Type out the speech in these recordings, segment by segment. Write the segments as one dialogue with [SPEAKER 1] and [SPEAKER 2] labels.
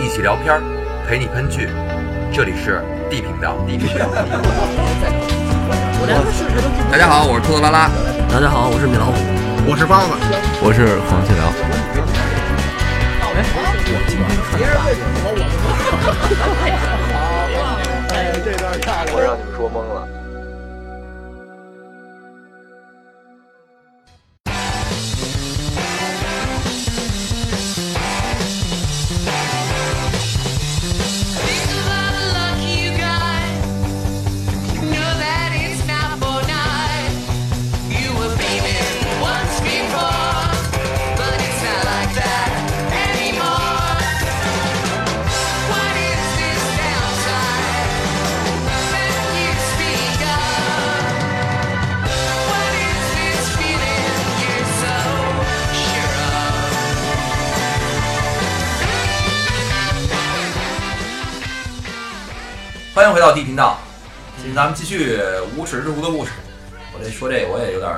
[SPEAKER 1] 一起聊片儿，陪你喷剧。这里是 D 频道。D 频道。大家好，我是兔子拉拉。
[SPEAKER 2] 大家好，我是米老虎。
[SPEAKER 3] 我是包子，
[SPEAKER 4] 我是黄继辽。
[SPEAKER 5] 我让你们说懵了。
[SPEAKER 1] 欢迎回到 D 频道，今天咱们继续无耻之徒的故事。我这说这个我也有点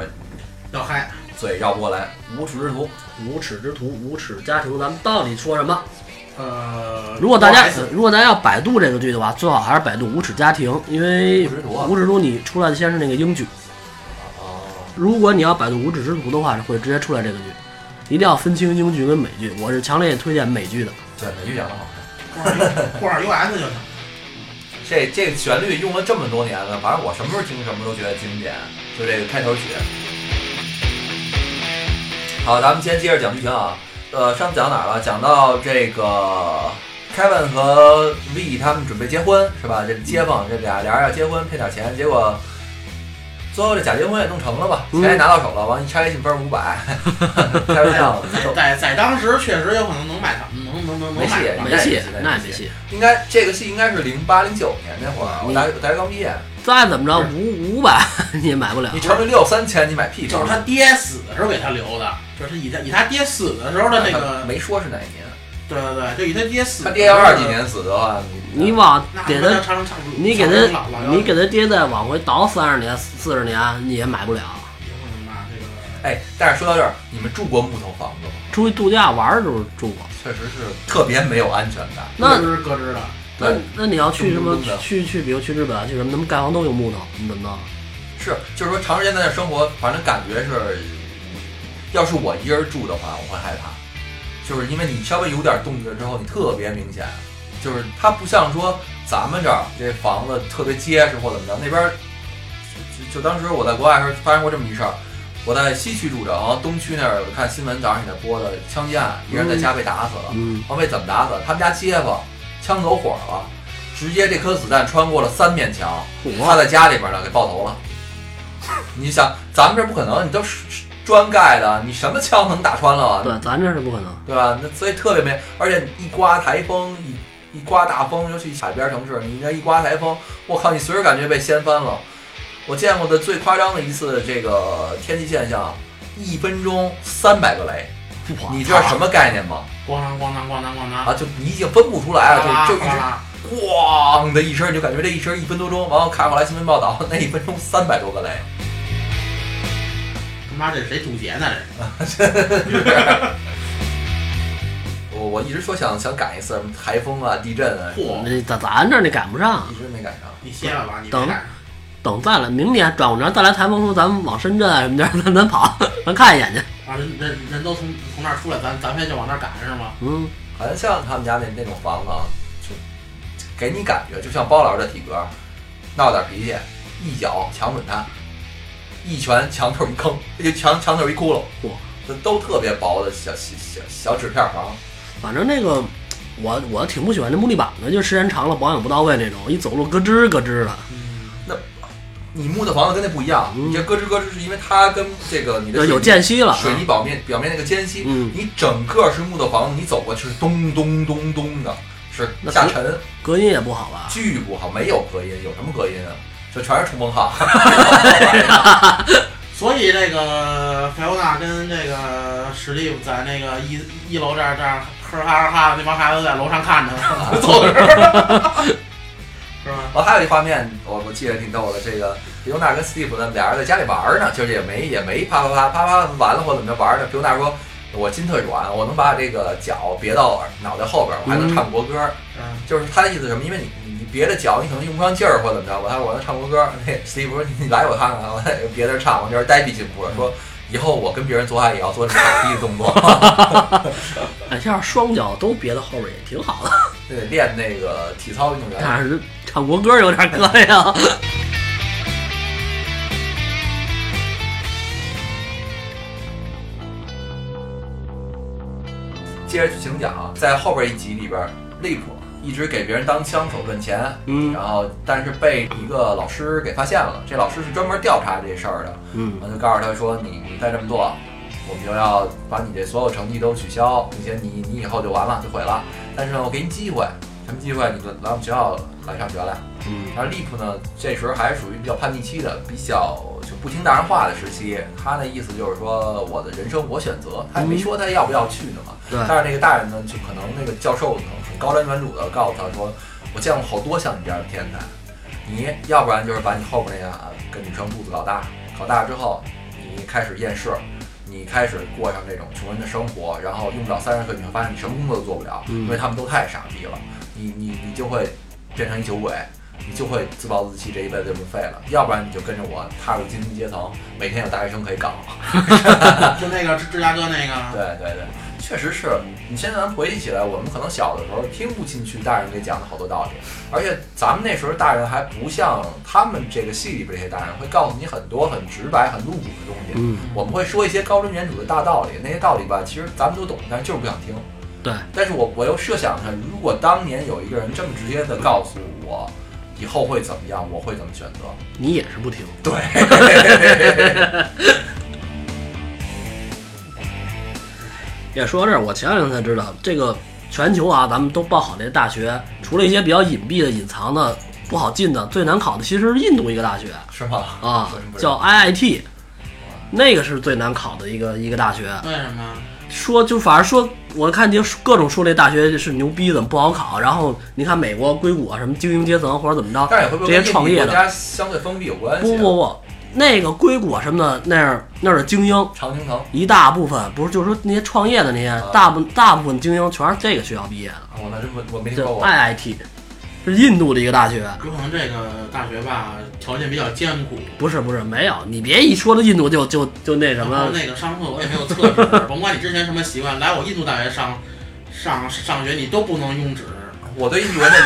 [SPEAKER 3] 要嗨，
[SPEAKER 1] 嘴绕不过来。无耻之徒，
[SPEAKER 2] 无耻之徒，无耻家庭，咱们到底说什么？
[SPEAKER 3] 呃，
[SPEAKER 2] 如果大家
[SPEAKER 3] 不好意思
[SPEAKER 2] 呃如果大家要百度这个剧的话，最好还是百度“无耻家庭”，因为
[SPEAKER 1] 无耻之徒啊哦
[SPEAKER 2] 无耻之徒你出来的先是那个英剧。如果你要百度“无耻之徒”的话，会直接出来这个剧。一定要分清英剧跟美剧，我是强烈推荐美剧的。
[SPEAKER 1] 对，美剧讲的好。
[SPEAKER 3] 过上 U- 过上 US 就行。
[SPEAKER 1] 这这旋律用了这么多年了，反正我什么时候听什么时候觉得经典，就这个开头曲。好，咱们先接着讲剧情啊。呃，上次讲到哪儿了？讲到这个 Kevin 和 V 他们准备结婚是吧？这街坊这俩俩人要结婚，骗点钱，结果最后这假结婚也弄成了吧？钱也拿到手了，完一拆开信封五百，开玩笑，
[SPEAKER 3] 在在当时确实有可能能买到，能能能能
[SPEAKER 1] 没戏
[SPEAKER 3] 买到。
[SPEAKER 2] 没戏，
[SPEAKER 1] 哎那
[SPEAKER 2] 那
[SPEAKER 1] 也没
[SPEAKER 2] 也没
[SPEAKER 1] 戏
[SPEAKER 2] 戏。
[SPEAKER 1] 应该这个戏应该是零八零九年那会儿，我大我大学刚毕业，
[SPEAKER 2] 再怎么着，五五百你也买不了
[SPEAKER 1] 你。乘以六三千，你买屁啊
[SPEAKER 3] 就是他爹死的时候给他留的，就是以他以他爹死的时候的那
[SPEAKER 1] 他
[SPEAKER 3] 个，
[SPEAKER 1] 呃
[SPEAKER 3] 嗯
[SPEAKER 1] 没说是哪一年，
[SPEAKER 3] 对对对，就以他爹死
[SPEAKER 1] 他
[SPEAKER 3] 的时候的。
[SPEAKER 1] 爹要二几年死的话，你
[SPEAKER 2] 你往
[SPEAKER 3] 那
[SPEAKER 2] 给
[SPEAKER 3] 不
[SPEAKER 2] 他
[SPEAKER 3] 能常常
[SPEAKER 2] 你给
[SPEAKER 3] 常
[SPEAKER 2] 他
[SPEAKER 3] 常老，
[SPEAKER 2] 你给他爹再往回倒三十年、四十年，你也买不了。
[SPEAKER 3] 那这个
[SPEAKER 1] 哎，但是说到这儿，你们住过木头房子吗？
[SPEAKER 2] 出去度假玩儿的时候住过。
[SPEAKER 1] 确实是特别没有安全感。呃
[SPEAKER 2] 那
[SPEAKER 3] 咯吱咯吱的，
[SPEAKER 2] 那
[SPEAKER 1] 对，
[SPEAKER 2] 那你要去什么
[SPEAKER 1] 咚咚咚的
[SPEAKER 2] 去去，比如去日本啊去什么，他们盖房都用木头，你怎么弄？
[SPEAKER 1] 是就是说长时间在那儿生活，反正感觉是，要是我一个人住的话，我会害怕，就是因为你稍微有点动静之后，你特别明显，就是它不像说咱们这儿这房子特别结实或怎么着，那边儿就就当时我在国外的时候发生过这么一事儿。我在西区住着，然后东区那儿我看新闻，早上起来播的枪击案，一个人在家被打死了。
[SPEAKER 2] 嗯，
[SPEAKER 1] 王被怎么打死的？他们家街坊枪走火了，直接这颗子弹穿过了三面墙，
[SPEAKER 2] 嗯
[SPEAKER 1] 他在家里边呢给爆头了。你想，咱们这不可能，你都是是砖盖的，你什么枪能打穿了啊？
[SPEAKER 2] 对，咱这是不可能。
[SPEAKER 1] 对吧？那所以特别没，而且一刮台风，一一刮大风，尤其海边城市，你那一刮台风，我靠，你随时感觉被掀翻了。我见过的最夸张的一次这个天气现象，一分钟三百个雷，
[SPEAKER 2] 我
[SPEAKER 1] 你知道什么概念吗？
[SPEAKER 3] 咣当咣当咣当咣当，
[SPEAKER 1] 啊，就你已经分不出来了，啊
[SPEAKER 3] 啊
[SPEAKER 1] 就就一直
[SPEAKER 3] 啦
[SPEAKER 1] 咣的一声，你就感觉这一声一分多钟，完后看后来新闻报道，那 一分钟三百多个雷，
[SPEAKER 3] 他妈这是谁堵截呢？这是。
[SPEAKER 1] 我我一直说想想赶一次什么台风啊、地震啊，
[SPEAKER 3] 嚯，
[SPEAKER 2] 那咱咱这儿你赶不上。
[SPEAKER 1] 一直没赶上。
[SPEAKER 3] 你歇了吧，你
[SPEAKER 2] 嗯等
[SPEAKER 3] 别干了
[SPEAKER 2] 等再来，明年转过年再来台风的时候，咱们往深圳啊什么地儿， 咱咱跑，咱看一眼去。
[SPEAKER 3] 啊，人人人都从从那儿出来，咱咱们就往那儿赶是吗？
[SPEAKER 2] 嗯，
[SPEAKER 1] 好像像他们家那那种房子，啊，就给你感觉就像包老师的体格，闹点脾气，一脚强吻他，一拳墙头一坑，就墙墙头一窟窿，
[SPEAKER 2] 嚯，
[SPEAKER 1] 这都特别薄的小小小小纸片房。
[SPEAKER 2] 反正那个我我挺不喜欢那木地板的，就时间长了保养不到位那种，一走路咯吱咯吱的。
[SPEAKER 3] 嗯，
[SPEAKER 1] 你木头房子跟那不一样，
[SPEAKER 2] 嗯
[SPEAKER 1] 你这咯吱咯吱是因为它跟这个你的
[SPEAKER 2] 有有
[SPEAKER 1] 水泥
[SPEAKER 2] 间隙了，
[SPEAKER 1] 水泥表面表面那个间隙，
[SPEAKER 2] 嗯
[SPEAKER 1] 你整个是木头房子，你走过去是咚咚咚咚的，是
[SPEAKER 2] 那啊
[SPEAKER 1] 下
[SPEAKER 2] 不
[SPEAKER 1] 沉，
[SPEAKER 2] 隔音也不好吧？
[SPEAKER 1] 巨不好，没有隔音，有什么隔音啊？这全是冲锋 号。
[SPEAKER 3] 所以这个菲欧娜跟这个史蒂夫在那个一一楼这儿这儿呵哈呵哈，那帮孩子在楼上看着， 坐着，是吧？
[SPEAKER 1] 哦我还有一画面，我我记得挺逗的，这个比尤娜跟 Steve 呢，俩人在家里玩呢，就是也没也没啪啪啪啪啪完了或怎么着玩呢。比尤娜说：“我筋特软，我能把这个脚别到耳脑袋后边儿，我还能唱国歌儿。
[SPEAKER 3] 嗯，
[SPEAKER 1] 就是他的意思是什么？因为你你你别的脚你可能用不上劲儿或怎么着吧。他说我能唱国歌，那 Steve 说你来我看看，我在别的唱，我这是呆逼进步了。说以后我跟别人做爱也要做这么傻逼的动作，
[SPEAKER 2] 哎，这样双脚都别到后边也挺好的，
[SPEAKER 1] 这得练那个体操运动员。
[SPEAKER 2] 但是唱国歌有点膈应。
[SPEAKER 1] 接着剧情讲啊，在后边一集里边儿，Leap 一直给别人当枪手赚钱，
[SPEAKER 2] 嗯
[SPEAKER 1] 然后但是被一个老师给发现了。这老师是专门调查这事儿的，
[SPEAKER 2] 嗯
[SPEAKER 1] 然后就告诉他说：“你你再这么做，我们就要把你这所有成绩都取消，并且你你以后就完了，就毁了。但是呢，我给你机会，什么机会？你来我们学校来上学来。”
[SPEAKER 2] 嗯
[SPEAKER 1] 然后 Leap 呢，这时候还是属于比较叛逆期的，比较就不听大人话的时期。他的意思就是说，我的人生我选择，他也没说他要不要去呢嘛。
[SPEAKER 2] 对
[SPEAKER 1] 但是那个大人呢，就可能那个教授可能很高瞻远瞩的告诉他说，我见过好多像你这样的天才，你要不然就是把你后边那样啊跟女生肚子搞大，搞大之后你开始厌世，你开始过上这种穷人的生活，然后用不了三十岁，你会发现你什么工作都做不了，
[SPEAKER 2] 嗯
[SPEAKER 1] 因为他们都太傻逼了，你你你就会变成一酒鬼。你就会自暴自弃，这一辈子就不废了。要不然你就跟着我踏入精英阶层，每天有大学生可以搞。
[SPEAKER 3] 就那个芝芝加哥那个，
[SPEAKER 1] 对对对，确实是你现在咱回忆起来，我们可能小的时候听不进去大人给讲的好多道理，而且咱们那时候大人还不像他们这个戏里边这些大人会告诉你很多很直白、很露骨的东西。
[SPEAKER 2] 嗯，
[SPEAKER 1] 我们会说一些高瞻远瞩的大道理，那些道理吧，其实咱们都懂，但是就是不想听。
[SPEAKER 2] 对，
[SPEAKER 1] 但是我我又设想着，如果当年有一个人这么直接的告诉我以后会怎么样，我会怎么选择？
[SPEAKER 2] 你也是不听。
[SPEAKER 1] 对。
[SPEAKER 2] 也说到这儿，我前两天才知道，这个全球啊，咱们都报好这大学，除了一些比较隐蔽的、隐藏的、不好进的，最难考的其实是印度一个大学
[SPEAKER 1] 是吗？
[SPEAKER 2] 啊
[SPEAKER 1] 我真不，知
[SPEAKER 2] 叫
[SPEAKER 1] 道
[SPEAKER 2] IIT，那个是最难考的一个一个大学。啊
[SPEAKER 3] 为什么？
[SPEAKER 2] 说就反正说，我看就各种说这大学是牛逼，怎么不好考。然后你看美国硅谷啊，什么精英阶层或者怎么着，
[SPEAKER 1] 但是也会不会
[SPEAKER 2] 这
[SPEAKER 1] 跟
[SPEAKER 2] 些创
[SPEAKER 1] 印
[SPEAKER 2] 业
[SPEAKER 1] 度国
[SPEAKER 2] 的，
[SPEAKER 1] 家相对封闭有关系？啊
[SPEAKER 2] 不不不，那个硅谷啊什么的，那儿那儿的精英
[SPEAKER 1] 常青藤，
[SPEAKER 2] 一大部分不是，就是说那些创业的那些、大部大部分精英全是这个学校毕业的，
[SPEAKER 1] 我那真不我没听
[SPEAKER 2] 叫
[SPEAKER 1] 说过。
[SPEAKER 2] IIT，是印度的一个大学。
[SPEAKER 3] 有可能这个大学吧，条件比较艰苦。
[SPEAKER 2] 不是不是，没有，你别一说到印度就就就那什
[SPEAKER 3] 然后
[SPEAKER 2] 么，
[SPEAKER 3] 那个上厕所也没有厕纸，甭管你之前什么习惯，来我印度大学上上上学，你都不能用纸。
[SPEAKER 1] 我对印度人的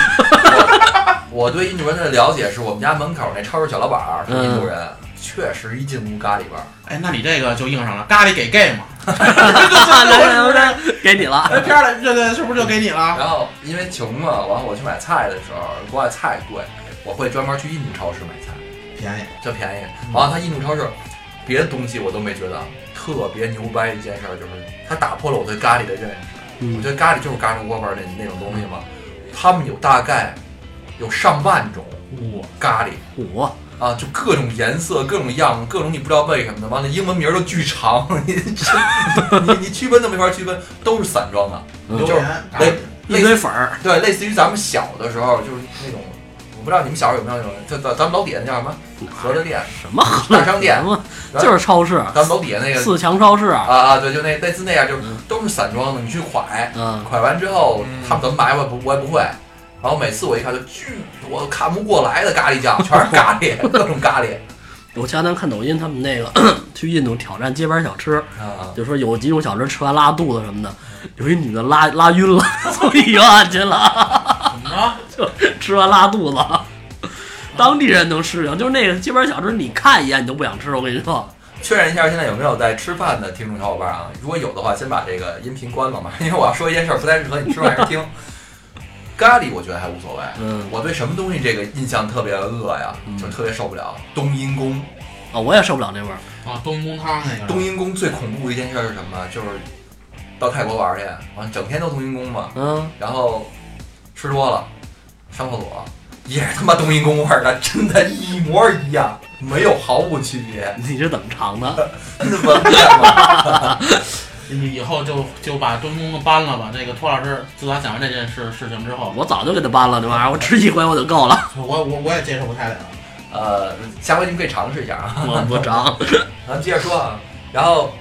[SPEAKER 1] 我我对印度人的了解是我们家门口那超市小老板儿是印度人，确实一进屋咖喱味儿。
[SPEAKER 3] 哎，那你这个就应上了，咖喱给 gay 嘛？
[SPEAKER 2] 来来来，给你了。
[SPEAKER 3] 哎，片儿的，这这是不是就给你了？
[SPEAKER 1] 然后因为穷嘛，然后我去买菜的时候，国外菜贵，我会专门去印度超市买菜，
[SPEAKER 3] 便宜。嗯
[SPEAKER 1] 这便宜。然后他印度超市别的东西我都没觉得特别牛掰，一件事儿就是他打破了我对咖喱的认识。我
[SPEAKER 2] 嗯
[SPEAKER 1] 觉得咖喱就是咖喱窝味儿那那种东西嘛，他们有大概有上万种咖喱
[SPEAKER 2] 五
[SPEAKER 1] 啊，就各种颜色、各种样、各种你不知道为什么的，完了英文名儿都巨长，你你你区分都没法区分，都是散装的，
[SPEAKER 2] 嗯
[SPEAKER 1] 就
[SPEAKER 3] 榴
[SPEAKER 1] 是
[SPEAKER 3] 莲，
[SPEAKER 1] 类
[SPEAKER 2] 一
[SPEAKER 1] 类
[SPEAKER 2] 堆
[SPEAKER 1] 似
[SPEAKER 2] 粉儿，
[SPEAKER 1] 对类似于咱们小的时候就是那种，我不知道你们小时候有没有那种，就咱咱们楼底下那叫什么河的店，
[SPEAKER 2] 什么河
[SPEAKER 1] 大商店
[SPEAKER 2] 什么就是超市，
[SPEAKER 1] 咱们楼底下那个
[SPEAKER 2] 四强超市啊，
[SPEAKER 1] 啊啊对，就那类似那样，就是都是散装的，你去蒯。
[SPEAKER 2] 嗯，
[SPEAKER 1] 快完之后
[SPEAKER 3] 嗯，
[SPEAKER 1] 他们怎么埋我也不我也不会。然后每次我一看就巨，我看不过来的咖喱酱，全是咖 喱，各种咖喱
[SPEAKER 2] 我前两天看抖音，他们那个去印度挑战街边小吃，
[SPEAKER 1] 啊！
[SPEAKER 2] 就说有几种小吃吃完拉肚子什么的，有一女的拉拉晕了，送医院去了，
[SPEAKER 3] 怎么着？啊
[SPEAKER 2] 吃完拉肚子。 当地人能适应，就是那个街边小吃，你看一眼你都不想吃。我跟你说，
[SPEAKER 1] 确认一下现在有没有在吃饭的听众小伙伴啊？如果有的话，先把这个音频关了嘛， 因为我要说一件事儿不太适合你吃饭时听。咖喱我觉得还无所谓，
[SPEAKER 2] 嗯，
[SPEAKER 1] 我对什么东西这个印象特别恶呀，就特别受不了。冬阴功，
[SPEAKER 2] 啊、我也受不了那味儿。
[SPEAKER 3] 啊，冬宫汤那个。
[SPEAKER 1] 冬阴功最恐怖的一件事儿是什么呢？就是到泰国玩儿去，完整天都冬阴功嘛，
[SPEAKER 2] 嗯，
[SPEAKER 1] 然后吃多了，上厕所也是他妈冬阴功味儿的，真的，一模一样，没有毫无区别，
[SPEAKER 2] 你是怎么尝的？
[SPEAKER 1] 那么变吗？
[SPEAKER 3] 你以后就就把冬宫搬了吧。这个托老师自打讲完这件事事情之后，
[SPEAKER 2] 我早就给他搬了那玩意儿，我吃一回我就够了，
[SPEAKER 3] 我我我也接受不太了。
[SPEAKER 1] 呃，下回你们可以尝试一下啊。
[SPEAKER 2] 我不尝。
[SPEAKER 1] 咱们接着说啊，然后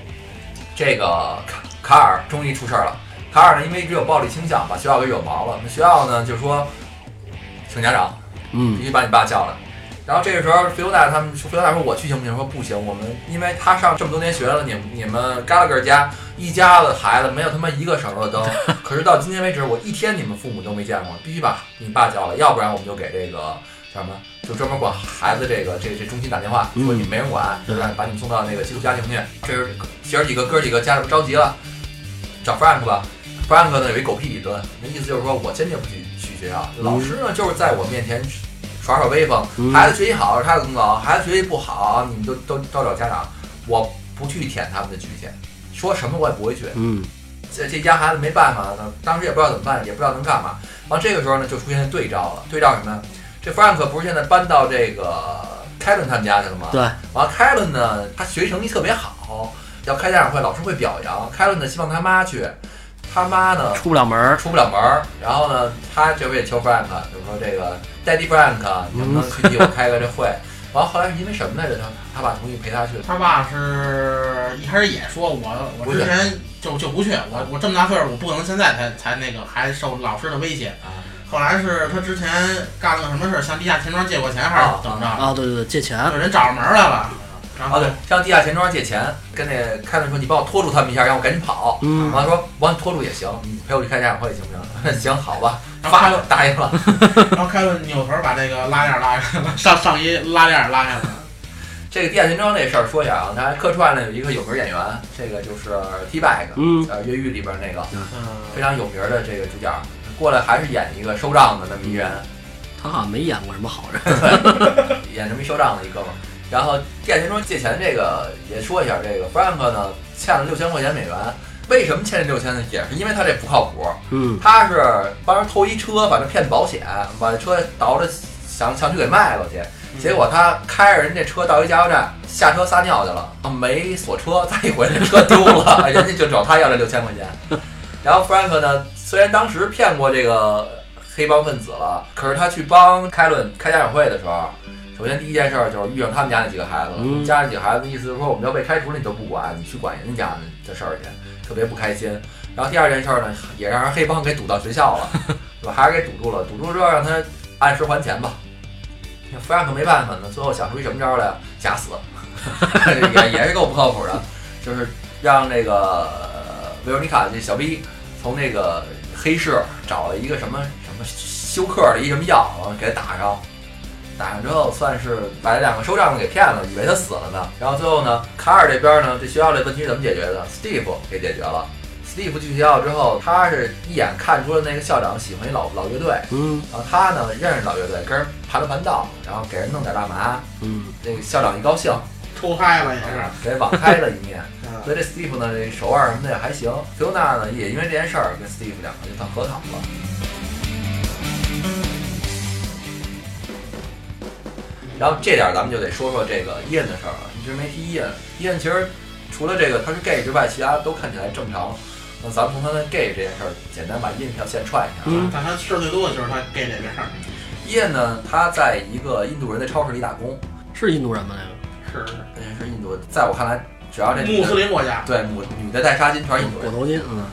[SPEAKER 1] 这个咖卡尔终于出事儿了。卡尔呢，因为一直有暴力倾向，把学校给惹毛了。那学校呢就说，请家长，必
[SPEAKER 2] 嗯，
[SPEAKER 1] 须把你爸叫来。然后这个时候，菲欧娜他们菲欧娜说：“我去行不行？”说不行，我们因为他上这么多年学了，你们你们嘎拉格家一家子孩子没有他妈一个省油的灯。可是到今天为止，我一天你们父母都没见过，必须把你爸叫来，要不然我们就给这个叫什么，就专门管孩子这个这这中心打电话，说你们没人管，对吧？把你们送到那个寄宿家庭去。这是姐儿几个哥儿几个家长着急了，找 Frank 吧。Frank 呢有一狗屁理论，那意思就是说我坚决不去去学校，老师呢就是在我面前耍耍威风，
[SPEAKER 2] 嗯
[SPEAKER 1] 孩子学习好是他的功劳，孩子学习不好你们都都都找家长，我不去舔他们的局限，说什么我也不会去。
[SPEAKER 2] 嗯，
[SPEAKER 1] 这这家孩子没办法呢，当时也不知道怎么办，也不知道能干嘛。然后这个时候呢，就出现对照了。对照什么呀？这 Frank 不是现在搬到这个凯伦他们家去了吗？
[SPEAKER 2] 对。
[SPEAKER 1] 完了，凯伦呢，他学习成绩特别好，要开家长会，老师会表扬。凯伦呢，希望他妈去，他妈呢
[SPEAKER 2] 出不了门儿，
[SPEAKER 1] 出不了门儿。然后呢，他这回也求 Frank，就是说这个 Daddy Frank，你能不能去替我开个这会？完了后来是因为什么来着？他他爸同意陪他去。
[SPEAKER 3] 他爸是一开始也说我我之前就就不去，我我这么大岁数，我不可能现在才才那个还受老师的威胁
[SPEAKER 1] 啊。
[SPEAKER 3] 后来是他之前干了个什么事儿，向地下钱庄借过钱还
[SPEAKER 1] 哦
[SPEAKER 3] 是怎么着，
[SPEAKER 2] 啊，对对对，借钱，
[SPEAKER 3] 有人找上门来了，然
[SPEAKER 1] 啊，
[SPEAKER 3] 后
[SPEAKER 1] 对，向地下钱庄借钱，跟那凯伦说：“你帮我拖住他们一下，让我赶紧跑。”
[SPEAKER 2] 嗯，
[SPEAKER 1] 完了说完拖住也行，你陪我去开家长会行不行？ 行，好吧，
[SPEAKER 3] 然后
[SPEAKER 1] 发
[SPEAKER 3] 开
[SPEAKER 1] 了答应了。
[SPEAKER 3] 然后开了扭头把这个拉链拉下来，上上衣拉链拉下来，
[SPEAKER 1] 这个地下钱庄这事儿说一下啊，他客串了有一个有名演员，这个就是 T Bag，
[SPEAKER 2] 嗯
[SPEAKER 1] 呃，越狱里边那个非
[SPEAKER 3] 嗯，
[SPEAKER 1] 常有名的这个主角，过来还是演一个收账的那么一 人，
[SPEAKER 2] 他好像没演过什么好人，
[SPEAKER 1] 演这么一收账的一哥们儿。然后地下钱庄借钱这个也说一下，这个 Frank 呢欠了六千块钱美元，为什么欠这六千呢？也是因为他这不靠谱，
[SPEAKER 2] 嗯
[SPEAKER 1] 他是帮人偷一车，反正骗保险，把车倒着想想去给卖了去。结果他开着人这车到一加油站，下车撒尿去了，啊没锁车，再一回这车丢了， 人家就找他要这六千块钱。然后 Frank 呢，虽然当时骗过这个黑帮分子了，可是他去帮凯伦开家长会的时候，啊首先第一件事儿就是遇上他们家那几个孩子了，
[SPEAKER 2] 嗯
[SPEAKER 1] 家那几个孩子意思是说我们要被开除了，你都不管，你去管人家的事儿去，特别不开心。然后第二件事儿呢，也让人黑帮给堵到学校了，对吧？还是给堵住了，堵住之后让他按时还钱吧。那 Frank 没办法呢，最后想出一什么招儿来？假死， 也也是够不靠谱的，就是让那个维罗妮卡这小逼从那个黑市找了一个什么什么休克的一什么药，然后给他打上，打上之后算是把这两个收账的给骗了，以为他死了呢。然后最后呢，卡尔这边呢，这学校这问题是怎么解决的？Steve 给解决了。Steve 去学校之后，他是一眼看出了那个校长喜欢一老老乐队，
[SPEAKER 2] 嗯
[SPEAKER 1] 然后他呢认识老乐队，跟人盘了盘道，然后给人弄点大麻。
[SPEAKER 2] 嗯，
[SPEAKER 1] 那个校长一高兴，
[SPEAKER 3] 抽嗨了也是。
[SPEAKER 1] 给网开了一面。
[SPEAKER 3] 嗯
[SPEAKER 1] 所以这 Steve 呢，这手腕什么的也还行。菲欧娜呢，也因为这件事儿跟 Steve 两个就算和好了。然后这点儿咱们就得说说这个伊恩的事儿了。一直没提伊恩，伊恩其实除了这个他是 gay 之外，其他都看起来正常。那咱们从他的 gay 这件事儿，简单把伊恩条线串一下啊。
[SPEAKER 2] 嗯
[SPEAKER 3] 但他事儿最多的就是他 gay 这边儿，
[SPEAKER 1] 伊恩呢，他在一个印度人的超市里打工，
[SPEAKER 2] 是印度人吗？那
[SPEAKER 3] 是
[SPEAKER 1] 那是印度，在我看来，只要这女
[SPEAKER 3] 穆
[SPEAKER 1] 的
[SPEAKER 3] 斯林国家，
[SPEAKER 1] 对母女的戴纱巾全是印度
[SPEAKER 2] 个
[SPEAKER 1] 人
[SPEAKER 2] 裹。头巾，嗯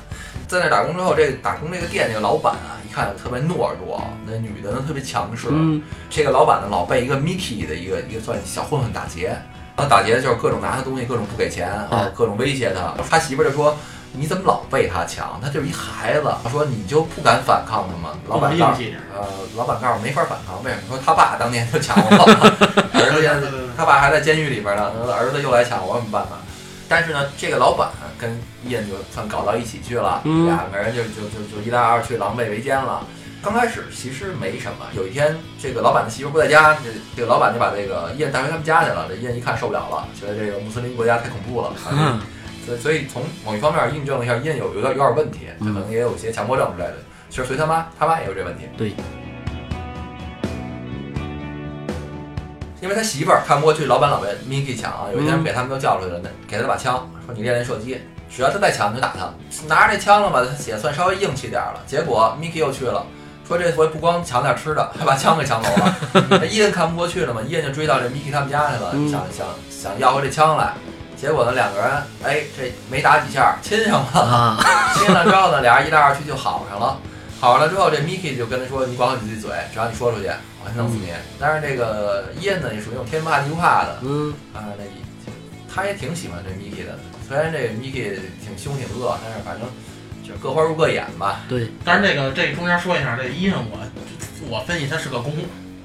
[SPEAKER 1] 在那打工之后，这打工这个店这个老板啊，一看特别懦弱，那女的呢特别强势。
[SPEAKER 2] 嗯
[SPEAKER 1] 这个老板呢老被一个 Mickey 的一个一个算小混混打劫，然后打劫就是各种拿他东西，各种不给钱啊
[SPEAKER 2] 啊，
[SPEAKER 1] 各种威胁他。他媳妇儿就说：“你怎么老被他抢？他就是一孩子。”说：“你就不敢反抗他吗？”老板告
[SPEAKER 3] 硬
[SPEAKER 1] 诉
[SPEAKER 3] 气点儿。
[SPEAKER 1] 呃，老板告诉我没法反抗，为什么？说他爸当年就抢 我了，儿子现
[SPEAKER 3] 对对
[SPEAKER 1] 在
[SPEAKER 3] 对对
[SPEAKER 1] 他爸还在监狱里边呢，儿子又来抢我，有什么办法？但是呢，这个老板跟伊恩就算搞到一起去了，
[SPEAKER 2] 嗯
[SPEAKER 1] 两个人就就就就一来二去狼狈为奸了。刚开始其实没什么，有一天这个老板的媳妇不在家，这这个老板就把这个伊恩带回他们家去了。这伊恩一看受不了了，觉得这个穆斯林国家太恐怖了，
[SPEAKER 2] 嗯
[SPEAKER 1] 所以所以从某一方面印证了一下伊恩有有点有点问题，他可能也有一些强迫症之类的。其实随他妈，他妈也有这问题。
[SPEAKER 2] 对，
[SPEAKER 1] 因为他媳妇儿看不过去，老板老被 Mickey 抢啊，有一天
[SPEAKER 2] 嗯
[SPEAKER 1] 给他们都叫出去了，那给他把枪，说你练练射击，只要他再啊抢你就打他。拿着这枪了吧，他也算稍微硬气点儿了。结果 Mickey 又去了，说这回不光抢点吃的，还把枪给抢走了。那伊恩看不过去了嘛，伊恩就追到这 Mickey 他们家去了，
[SPEAKER 2] 嗯
[SPEAKER 1] 想想想要回这枪来。结果呢，两个人哎，这没打几下亲上 了，
[SPEAKER 2] 啊，
[SPEAKER 1] 亲了之后呢，俩人一来二去就好上了。好上了之后，这 Miki 就跟他说：“你管好你自己嘴，只要你说出去，我就弄死
[SPEAKER 3] 嗯
[SPEAKER 1] 你。”但是这个烟呢，也属于那种天不怕地不怕的，
[SPEAKER 2] 嗯，
[SPEAKER 1] 啊，那一他也挺喜欢这 Miki 的，虽然这 Miki 挺凶挺恶，但是反正就各花入各眼吧。
[SPEAKER 2] 对，
[SPEAKER 3] 但是这个这中间说一下，这医生我我分析他是个公，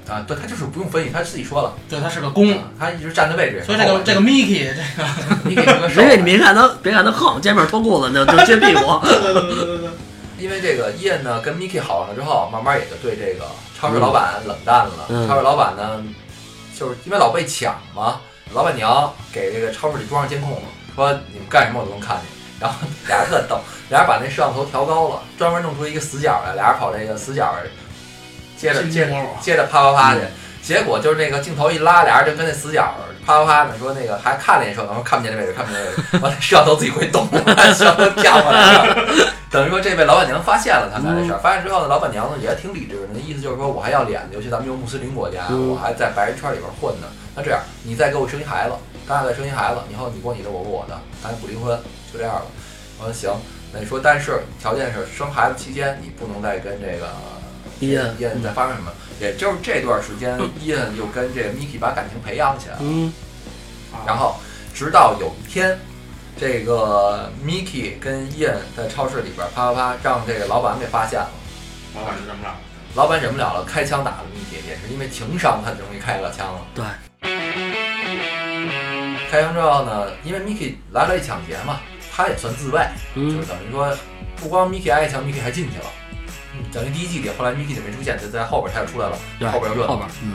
[SPEAKER 1] 啊，对他就是不用分析，他自己说了，啊
[SPEAKER 3] 对他是个公，
[SPEAKER 1] 他一直站的位置也是
[SPEAKER 3] 嗯所以
[SPEAKER 1] 后卫。
[SPEAKER 3] 这个这个 Miki 这个
[SPEAKER 1] 你给这个手
[SPEAKER 2] 别，给你别看他，别看他横，见面脱裤子就就接 屁股，哎
[SPEAKER 3] 对对对对对，
[SPEAKER 1] 因为这个燕呢跟 Miki 好上之后，慢慢也就对这个超市老板冷淡了。
[SPEAKER 2] 嗯
[SPEAKER 1] 超市老板呢，就是因为老被抢嘛，老板娘给这个超市里装上监控了，说你们干什么我都能看见。然后俩人特逗，俩人把那摄像头调高了，专门弄出一个死角来，俩人跑这个死角儿，接着接着
[SPEAKER 3] 亲摸我，
[SPEAKER 1] 接着啪啪啪去。结果就是那个镜头一拉，俩人就跟那死角儿啪啪啪的说那个还看了一说，然后看不见这位置，看不见这位置，完了摄像头自己会动，摄像头跳过来了。等于说这被老板娘发现了他干这事儿，发现之后呢，老板娘呢也挺理智的，那意思就是说我还要脸，尤其咱们又穆斯林国家，
[SPEAKER 2] 嗯
[SPEAKER 1] 我还在白人圈里边混呢。那这样，你再给我生一孩子，咱俩再生一孩子，以后你过你的，我过我的，咱也不离婚，就这样了。我说行，那你说但是条件是生孩子期间你不能再跟这个
[SPEAKER 2] 伊恩
[SPEAKER 1] 伊恩在发生什么？也就是这段时间，伊恩又跟这个 Miki 把感情培养起来了。
[SPEAKER 2] 嗯
[SPEAKER 1] 然后直到有一天，这个 Miki 跟伊恩在超市里边啪啪啪，让这个老板给发现了。
[SPEAKER 3] 老板就这么着，
[SPEAKER 1] 老板忍不了了，开枪打了 Miki，也是因为情商他容易开了枪了。
[SPEAKER 2] 对，
[SPEAKER 1] 开枪之后呢，因为 Miki 来了一抢劫嘛，他也算自卫，就
[SPEAKER 2] 嗯
[SPEAKER 1] 是等于说不光 Miki 挨一枪，Miki 还进去了。嗯等于第一季里，后来 Miki 就没出现，就在后边他又出来了，
[SPEAKER 2] 对，
[SPEAKER 1] 后边又热
[SPEAKER 2] 后
[SPEAKER 1] 闹。
[SPEAKER 2] 边，嗯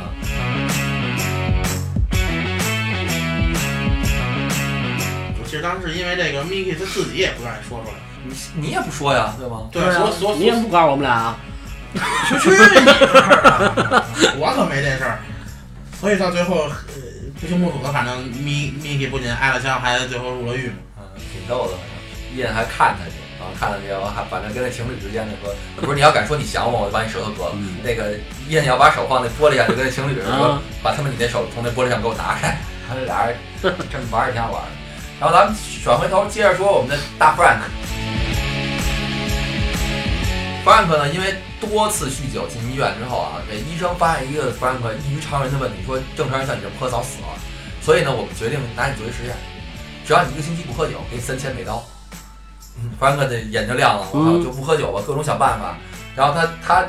[SPEAKER 3] 我其实当时因为这个 Miki 他自己也不愿意说出来，
[SPEAKER 1] 你你也不说呀，对吗？
[SPEAKER 3] 对，
[SPEAKER 2] 啊
[SPEAKER 3] 所所
[SPEAKER 2] 你也不告诉我们俩啊，
[SPEAKER 3] 去去你这儿啊！我可没这事儿，所以到最后，呃，不清不楚的，反正米米奇不仅挨了枪，还最后入了狱嘛。
[SPEAKER 1] 嗯，挺逗的。伊恩还看他去，然后看他去，然后还反正跟那情侣之间的说，不是你要敢说你想我，我就把你舌头割了。
[SPEAKER 2] 嗯
[SPEAKER 1] 那个伊恩要把手放那玻璃上，就跟那情侣似的说
[SPEAKER 2] 啊，
[SPEAKER 1] 把他们你那手从那玻璃上给我拿开。 他这俩人这么玩儿也挺好玩儿的。然后咱们转回头接着说我们的大 Frank。Frank 呢，因为多次酗酒进医院之后啊，这医生发现一个 Frank 异于常人的问题，说正常人像你这么喝早死了。所以呢，我们决定拿你做一实验，只要你一个星期不喝酒，给你三千美 刀。嗯，Frank 的眼睛亮了，我靠，
[SPEAKER 2] 嗯
[SPEAKER 1] 就不喝酒吧，各种想办法。然后他他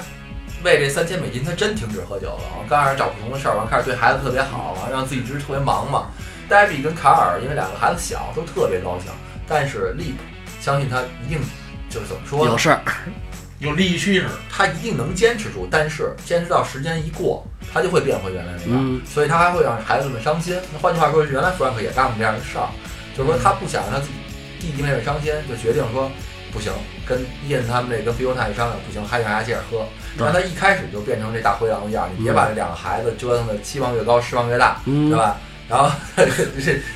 [SPEAKER 1] 为这三千美金，他真停止喝酒了。我刚开始找不同的事儿，完开始对孩子特别好，完让自己一直特别忙嘛。黛比跟卡尔因为两个孩子小，都特别高兴，但是利普相信他一定就是怎么说呢
[SPEAKER 2] 有，事儿，
[SPEAKER 3] 有利益驱使，
[SPEAKER 1] 他一定能坚持住，但是坚持到时间一过，他就会变回原来那样，
[SPEAKER 2] 嗯
[SPEAKER 1] 所以他还会让孩子们伤心。那换句话说，原来 Frank 也干过这样的事儿，就是说他不想让他自己弟弟妹妹伤心，就决定说不行，跟伊恩他们这跟菲欧娜一商量，不行，还让他接着喝。
[SPEAKER 2] 对
[SPEAKER 1] 让他一开始就变成这大灰狼一样，你别把这两个孩子折腾的期望越高，失望越大。
[SPEAKER 2] 嗯
[SPEAKER 1] 对，吧？然后这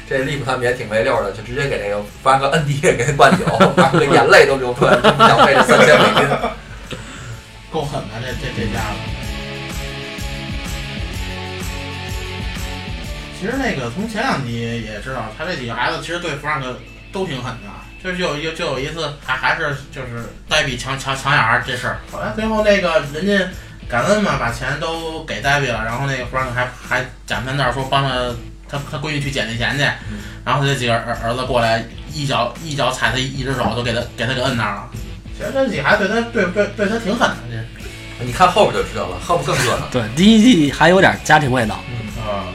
[SPEAKER 1] 这利普他们也挺没溜儿的，就直接给这个弗兰克摁地下给他灌 酒，弗兰克眼泪都流出来了，就不想费这三千美金。
[SPEAKER 3] 够狠的，这这这家伙。其实那个从前两集也知道，他这几个孩子其实对弗兰克都挺狠的。啊就是有有就有一次，还还是就是黛比抢抢抢眼儿这事儿，后来最后那个人家感恩嘛，把钱都给黛比了，然后那个弗兰克还还假三道说帮着他他闺女去捡那钱去，然后他这几个儿儿子过来一脚一脚踩他一只手都给他给他给摁那儿了。其实这几个孩子对他对对对他挺狠的，这
[SPEAKER 1] 你看后边就知道了，后边更热闹。
[SPEAKER 2] 对，第一季还有点家庭味道，
[SPEAKER 3] 啊，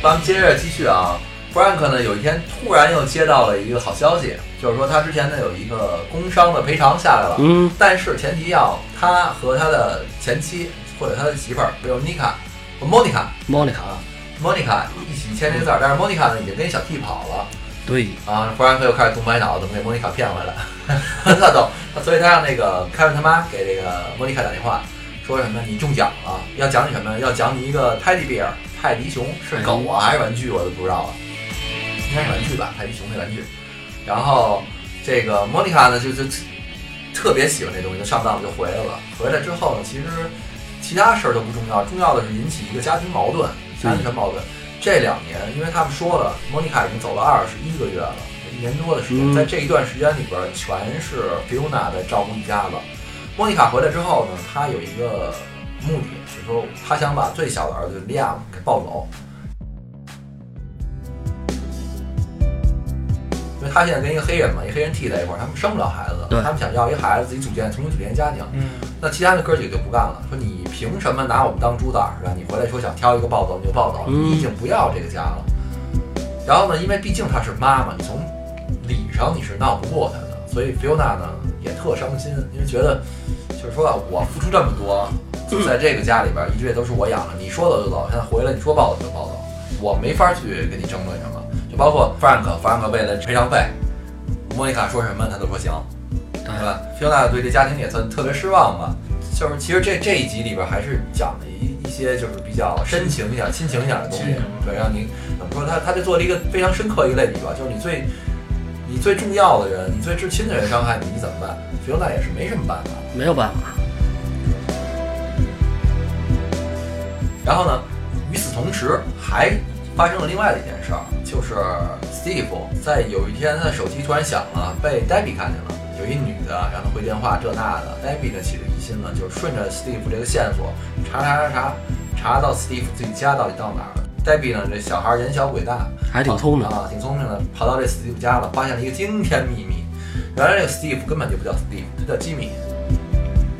[SPEAKER 1] 咱们接着继续啊，Frank 呢有一天突然又接到了一个好消息，就是说他之前呢有一个工伤的赔偿下来了，
[SPEAKER 2] 嗯
[SPEAKER 1] 但是前提要他和他的前妻或者他的媳妇儿，比如 Nika、Monica、
[SPEAKER 2] ，Monica，
[SPEAKER 1] Monica 一起签这个字儿，但是 Monica 呢已经跟小弟跑了。
[SPEAKER 2] 对，
[SPEAKER 1] 啊，弗兰克又开始动歪脑，怎么给莫妮卡骗 回来？那懂，所以他让那个凯文他妈给这个莫妮卡打电话，说什么你中奖了，要奖你什么？要奖你一个泰迪贝尔，泰迪熊是狗啊还是玩具，我都不知道了，应该是玩具吧，泰迪熊那玩具。然后这个莫妮卡呢，就就特特别喜欢这东西，就上当了就回来了。回来之后呢，其实其他事儿都不重要，重要的是引起一个家庭矛盾。家庭什么矛盾？这两年，因为他们说了，莫妮卡已经走了二十一个月了，一年多的时间，
[SPEAKER 2] 嗯
[SPEAKER 1] 在这一段时间里边，全是菲欧娜在照顾一家子。莫妮卡回来之后呢，她有一个目的，是说她想把最小的儿子利亚姆给抱走，因为她现在跟一个黑人嘛，一黑人替在一块儿，他们生不了孩子，
[SPEAKER 2] 对
[SPEAKER 1] 他们想要一孩子，自己组建，重新组建家庭。
[SPEAKER 3] 嗯，
[SPEAKER 1] 那其他的哥几个就不干了，说你凭什么拿我们当猪崽儿啊？你回来说想挑一个暴走你就暴走，
[SPEAKER 2] 嗯
[SPEAKER 1] 你已经不要这个家了。然后呢，因为毕竟她是妈妈，你从理上你是闹不过她的，所以菲欧娜呢也特伤心，因为觉得就是说啊，我付出这么多，在这个家里边一直也都是我养的，你说走就走，现在回来你说暴走就暴走，我没法去跟你争论什么。就包括 Frank，Frank 为了赔偿费，莫妮卡说什么他都说行。对吧？菲欧娜对这家庭也算特别失望吧。就是其实这这一集里边还是讲了一一些就是比较深情一点、亲情一点的东西
[SPEAKER 3] 亲情，
[SPEAKER 1] 对，让您怎么说？他他这做了一个非常深刻一个类比吧，就是你最你最重要的人，你最至亲的人伤害你，你怎么办？菲欧娜也是没什么办法。
[SPEAKER 2] 没有办法。
[SPEAKER 1] 然后呢，与此同时还发生了另外的一件事儿，就是 Steve 在有一天他的手机突然响了，被 Debbie 看见了。有一女的让他回电话，这那的。Debbie 哎呢起了疑心了，就是顺着 Steve 这个线索查查查查，查到 Steve 自己家到底到哪儿了。Debbie 呢，这小孩儿人小鬼大，
[SPEAKER 2] 还挺聪明，
[SPEAKER 1] 啊，挺聪明的，跑到这 Steve 家了，发现了一个惊天秘密。原来这个 Steve 根本就不叫 Steve，他叫 Jimmy。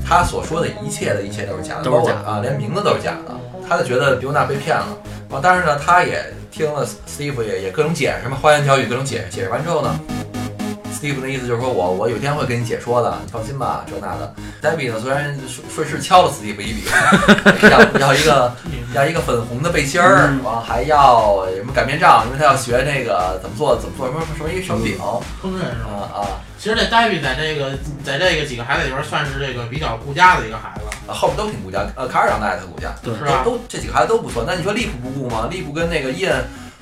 [SPEAKER 1] 他所说的一切的一切都是假的，
[SPEAKER 2] 都是假
[SPEAKER 1] 包括啊，连名字都是假的。他就觉得比欧娜被骗了。啊，但是呢，他也听了 Steve 也也各种解释嘛，花言巧语各种解释。解释完之后呢，Steve 的意思就是说我我有一天会跟你解说的，你放心吧，这那的。Debbie 呢，虽然顺顺势敲了 Steve 一笔， 要要一个要一个粉红的背心儿，
[SPEAKER 2] 嗯
[SPEAKER 1] 然后还要什么擀面杖，因为他要学那个怎么做怎么做什么什么一手柄
[SPEAKER 3] 烹饪是
[SPEAKER 2] 嗯
[SPEAKER 1] 啊
[SPEAKER 3] 吧？
[SPEAKER 1] 啊，
[SPEAKER 3] 其实这黛比在这个在这个几个孩子里边算是这个比较顾家的一个孩子，
[SPEAKER 1] 啊后面都挺顾家，呃，卡尔长大也特顾家，哎
[SPEAKER 2] 对
[SPEAKER 3] 是吧？
[SPEAKER 1] 都都这几个孩子都不错。那你说利普不顾吗？利普跟那个印，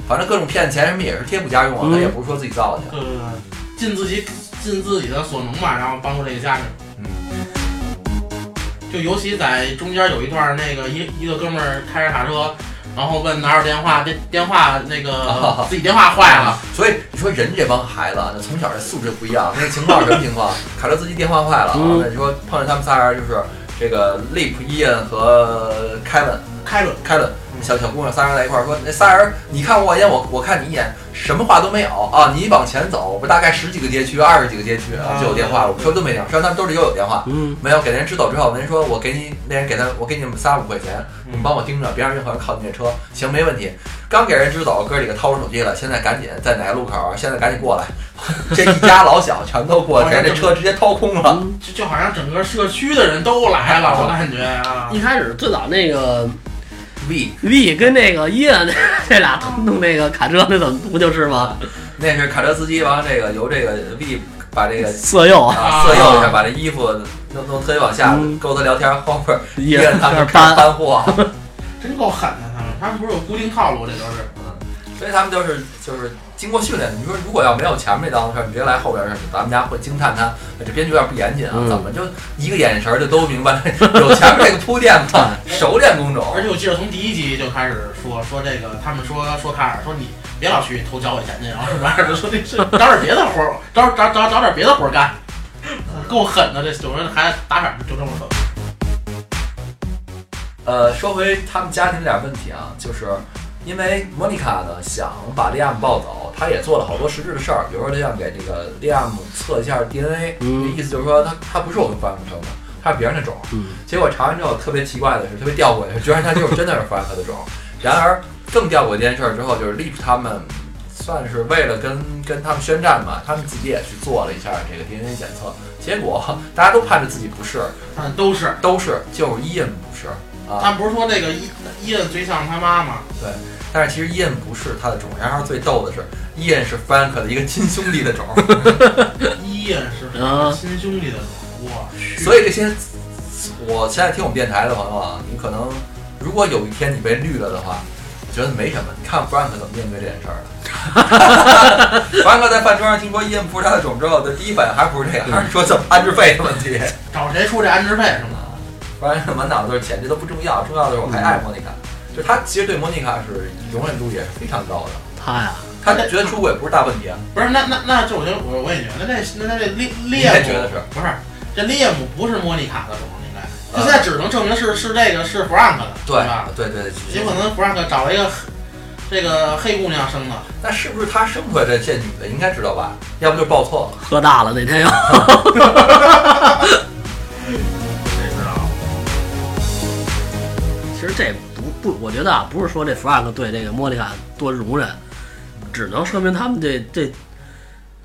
[SPEAKER 1] 反正各种骗钱什么也是贴补家用啊，
[SPEAKER 2] 嗯
[SPEAKER 1] 他也不是说自己造的去。
[SPEAKER 3] 对对对，尽自己尽自己的所能吧，然后帮助这个家庭。
[SPEAKER 1] 嗯，
[SPEAKER 3] 就尤其在中间有一段，那个一一个哥们儿开着卡车，然后问哪有电话，电电话那个自己电话坏了，
[SPEAKER 1] 所以你说人这帮孩子，啊那从小这素质不一样。那个情况是什么情况？卡车司机电话坏了啊，
[SPEAKER 2] 嗯
[SPEAKER 1] 那你说碰上他们仨人就是这个利普、伊恩和凯文。
[SPEAKER 3] 开了
[SPEAKER 1] 开了，小小姑娘仨人在一块儿说，那仨人你看我一眼，我我看你一眼，什么话都没有啊！你往前走，不大概十几个街区、二十几个街区啊
[SPEAKER 3] 啊
[SPEAKER 1] 就有电话了。我们手机都没电话，实际上他们兜里又有电话，
[SPEAKER 2] 嗯，
[SPEAKER 1] 没有给那人支走之后，那人说我给你，那人给他，我给你们仨五块钱，
[SPEAKER 3] 嗯
[SPEAKER 1] 你们帮我盯着，别让任何人靠近这车。行，没问题。刚给人支走，哥几个掏出手机来，现在赶紧在哪个路口啊？现在赶紧过来， 这一家老小全都过来，这车直接掏空了。
[SPEAKER 2] 嗯
[SPEAKER 3] 就就好像整个社区的人都来了，我感觉啊，
[SPEAKER 2] 一开始最早那个嗯
[SPEAKER 1] V，
[SPEAKER 2] V 跟那个 E 这俩弄那个卡车那怎么不就是吗？
[SPEAKER 1] 那是卡车司机，完了这个由这个 V 把这个
[SPEAKER 2] 色诱
[SPEAKER 1] 啊，色诱一下，把这衣服弄弄特别往下
[SPEAKER 2] 嗯，
[SPEAKER 1] 勾搭聊天，后边
[SPEAKER 2] 也
[SPEAKER 1] 人他
[SPEAKER 2] 在
[SPEAKER 1] 们
[SPEAKER 2] 那
[SPEAKER 1] 开始
[SPEAKER 2] 搬，
[SPEAKER 1] 搬货，
[SPEAKER 3] 真够狠的他们，他们不是有固定套路，这都是
[SPEAKER 1] 所以他们就是就是经过训练。你说如果要没有前面这档子事儿，你直接来后边儿的事儿，咱们家会惊叹他这编剧有点不严谨啊，
[SPEAKER 2] 嗯
[SPEAKER 1] 怎么就一个眼神儿就都明白了有前面这个铺垫嘛，熟练工种。
[SPEAKER 3] 而且我记得从第一集就开始说说这个，他们说说卡尔说你别老去偷交我钱去，然后什么玩意儿的， 说这是找点别的活儿，找找找找点别的活儿干，够狠的这有人还打赏就这么狠。
[SPEAKER 1] 呃，说回他们家庭这点问题啊，就是因为莫妮卡呢想把利亚姆抱走，她也做了好多实质的事儿，比如说她想给这个利亚姆测一下 DNA，、
[SPEAKER 2] 嗯
[SPEAKER 1] 意思就是说他他不是我们反复生的，他是别人的种。
[SPEAKER 2] 嗯
[SPEAKER 1] 结果查完之后，特别奇怪的是，特别吊诡的是，居然他就是真的是弗兰克的种。然而更吊诡的一件事儿之后，就是利普他们算是为了跟跟他们宣战嘛，他们自己也去做了一下这个 DNA 检测，结果大家都盼着自己不是，
[SPEAKER 3] 嗯，都是。
[SPEAKER 1] 都是就是伊恩不是啊。
[SPEAKER 3] 他们不是说这个伊伊恩最像他妈吗？
[SPEAKER 1] 但是其实伊恩不是他的种，然而最逗的是，伊恩是 Frank 的一个亲兄弟的 种，
[SPEAKER 3] 伊恩是
[SPEAKER 2] 啊
[SPEAKER 3] 亲兄弟的种，我去。
[SPEAKER 1] 所以这些我现在听我们电台的朋友啊，你可能如果有一天你被绿了的话，我觉得没什么。你看 Frank 怎么面对这件事儿的。Frank 在饭桌上听说伊恩不是他的种之后，的第一反应还不是这个，还是说怎么安置费的问题。
[SPEAKER 3] 找谁出这安置费是吗？嗯
[SPEAKER 1] Frank 满脑子都是钱，这都不重要，重要的是我还爱莫妮卡。就他其实对莫妮卡是容忍度也是非常高的，
[SPEAKER 2] 他呀，
[SPEAKER 1] 他觉得出轨不是大问题啊。
[SPEAKER 3] 不是，那那那这我觉得我我也觉得，那这那他这猎
[SPEAKER 1] 你
[SPEAKER 3] 猎
[SPEAKER 1] 也
[SPEAKER 3] 姆
[SPEAKER 1] 觉得是
[SPEAKER 3] 不是这猎姆不是莫妮卡的手，应该就现在只能证明是是这个是弗兰克的，
[SPEAKER 1] 啊对
[SPEAKER 3] 吧？
[SPEAKER 1] 对对，
[SPEAKER 3] 也可能弗兰克找了一个这个黑姑娘生的，
[SPEAKER 1] 那是不是他生出来这这女的应该知道吧？要不就是抱错了。
[SPEAKER 2] 喝大了那天又。
[SPEAKER 3] 谁知道？
[SPEAKER 2] 其实这不不，我觉得啊，不是说这 Frank 对这个莫妮卡多容忍，只能说明他们这这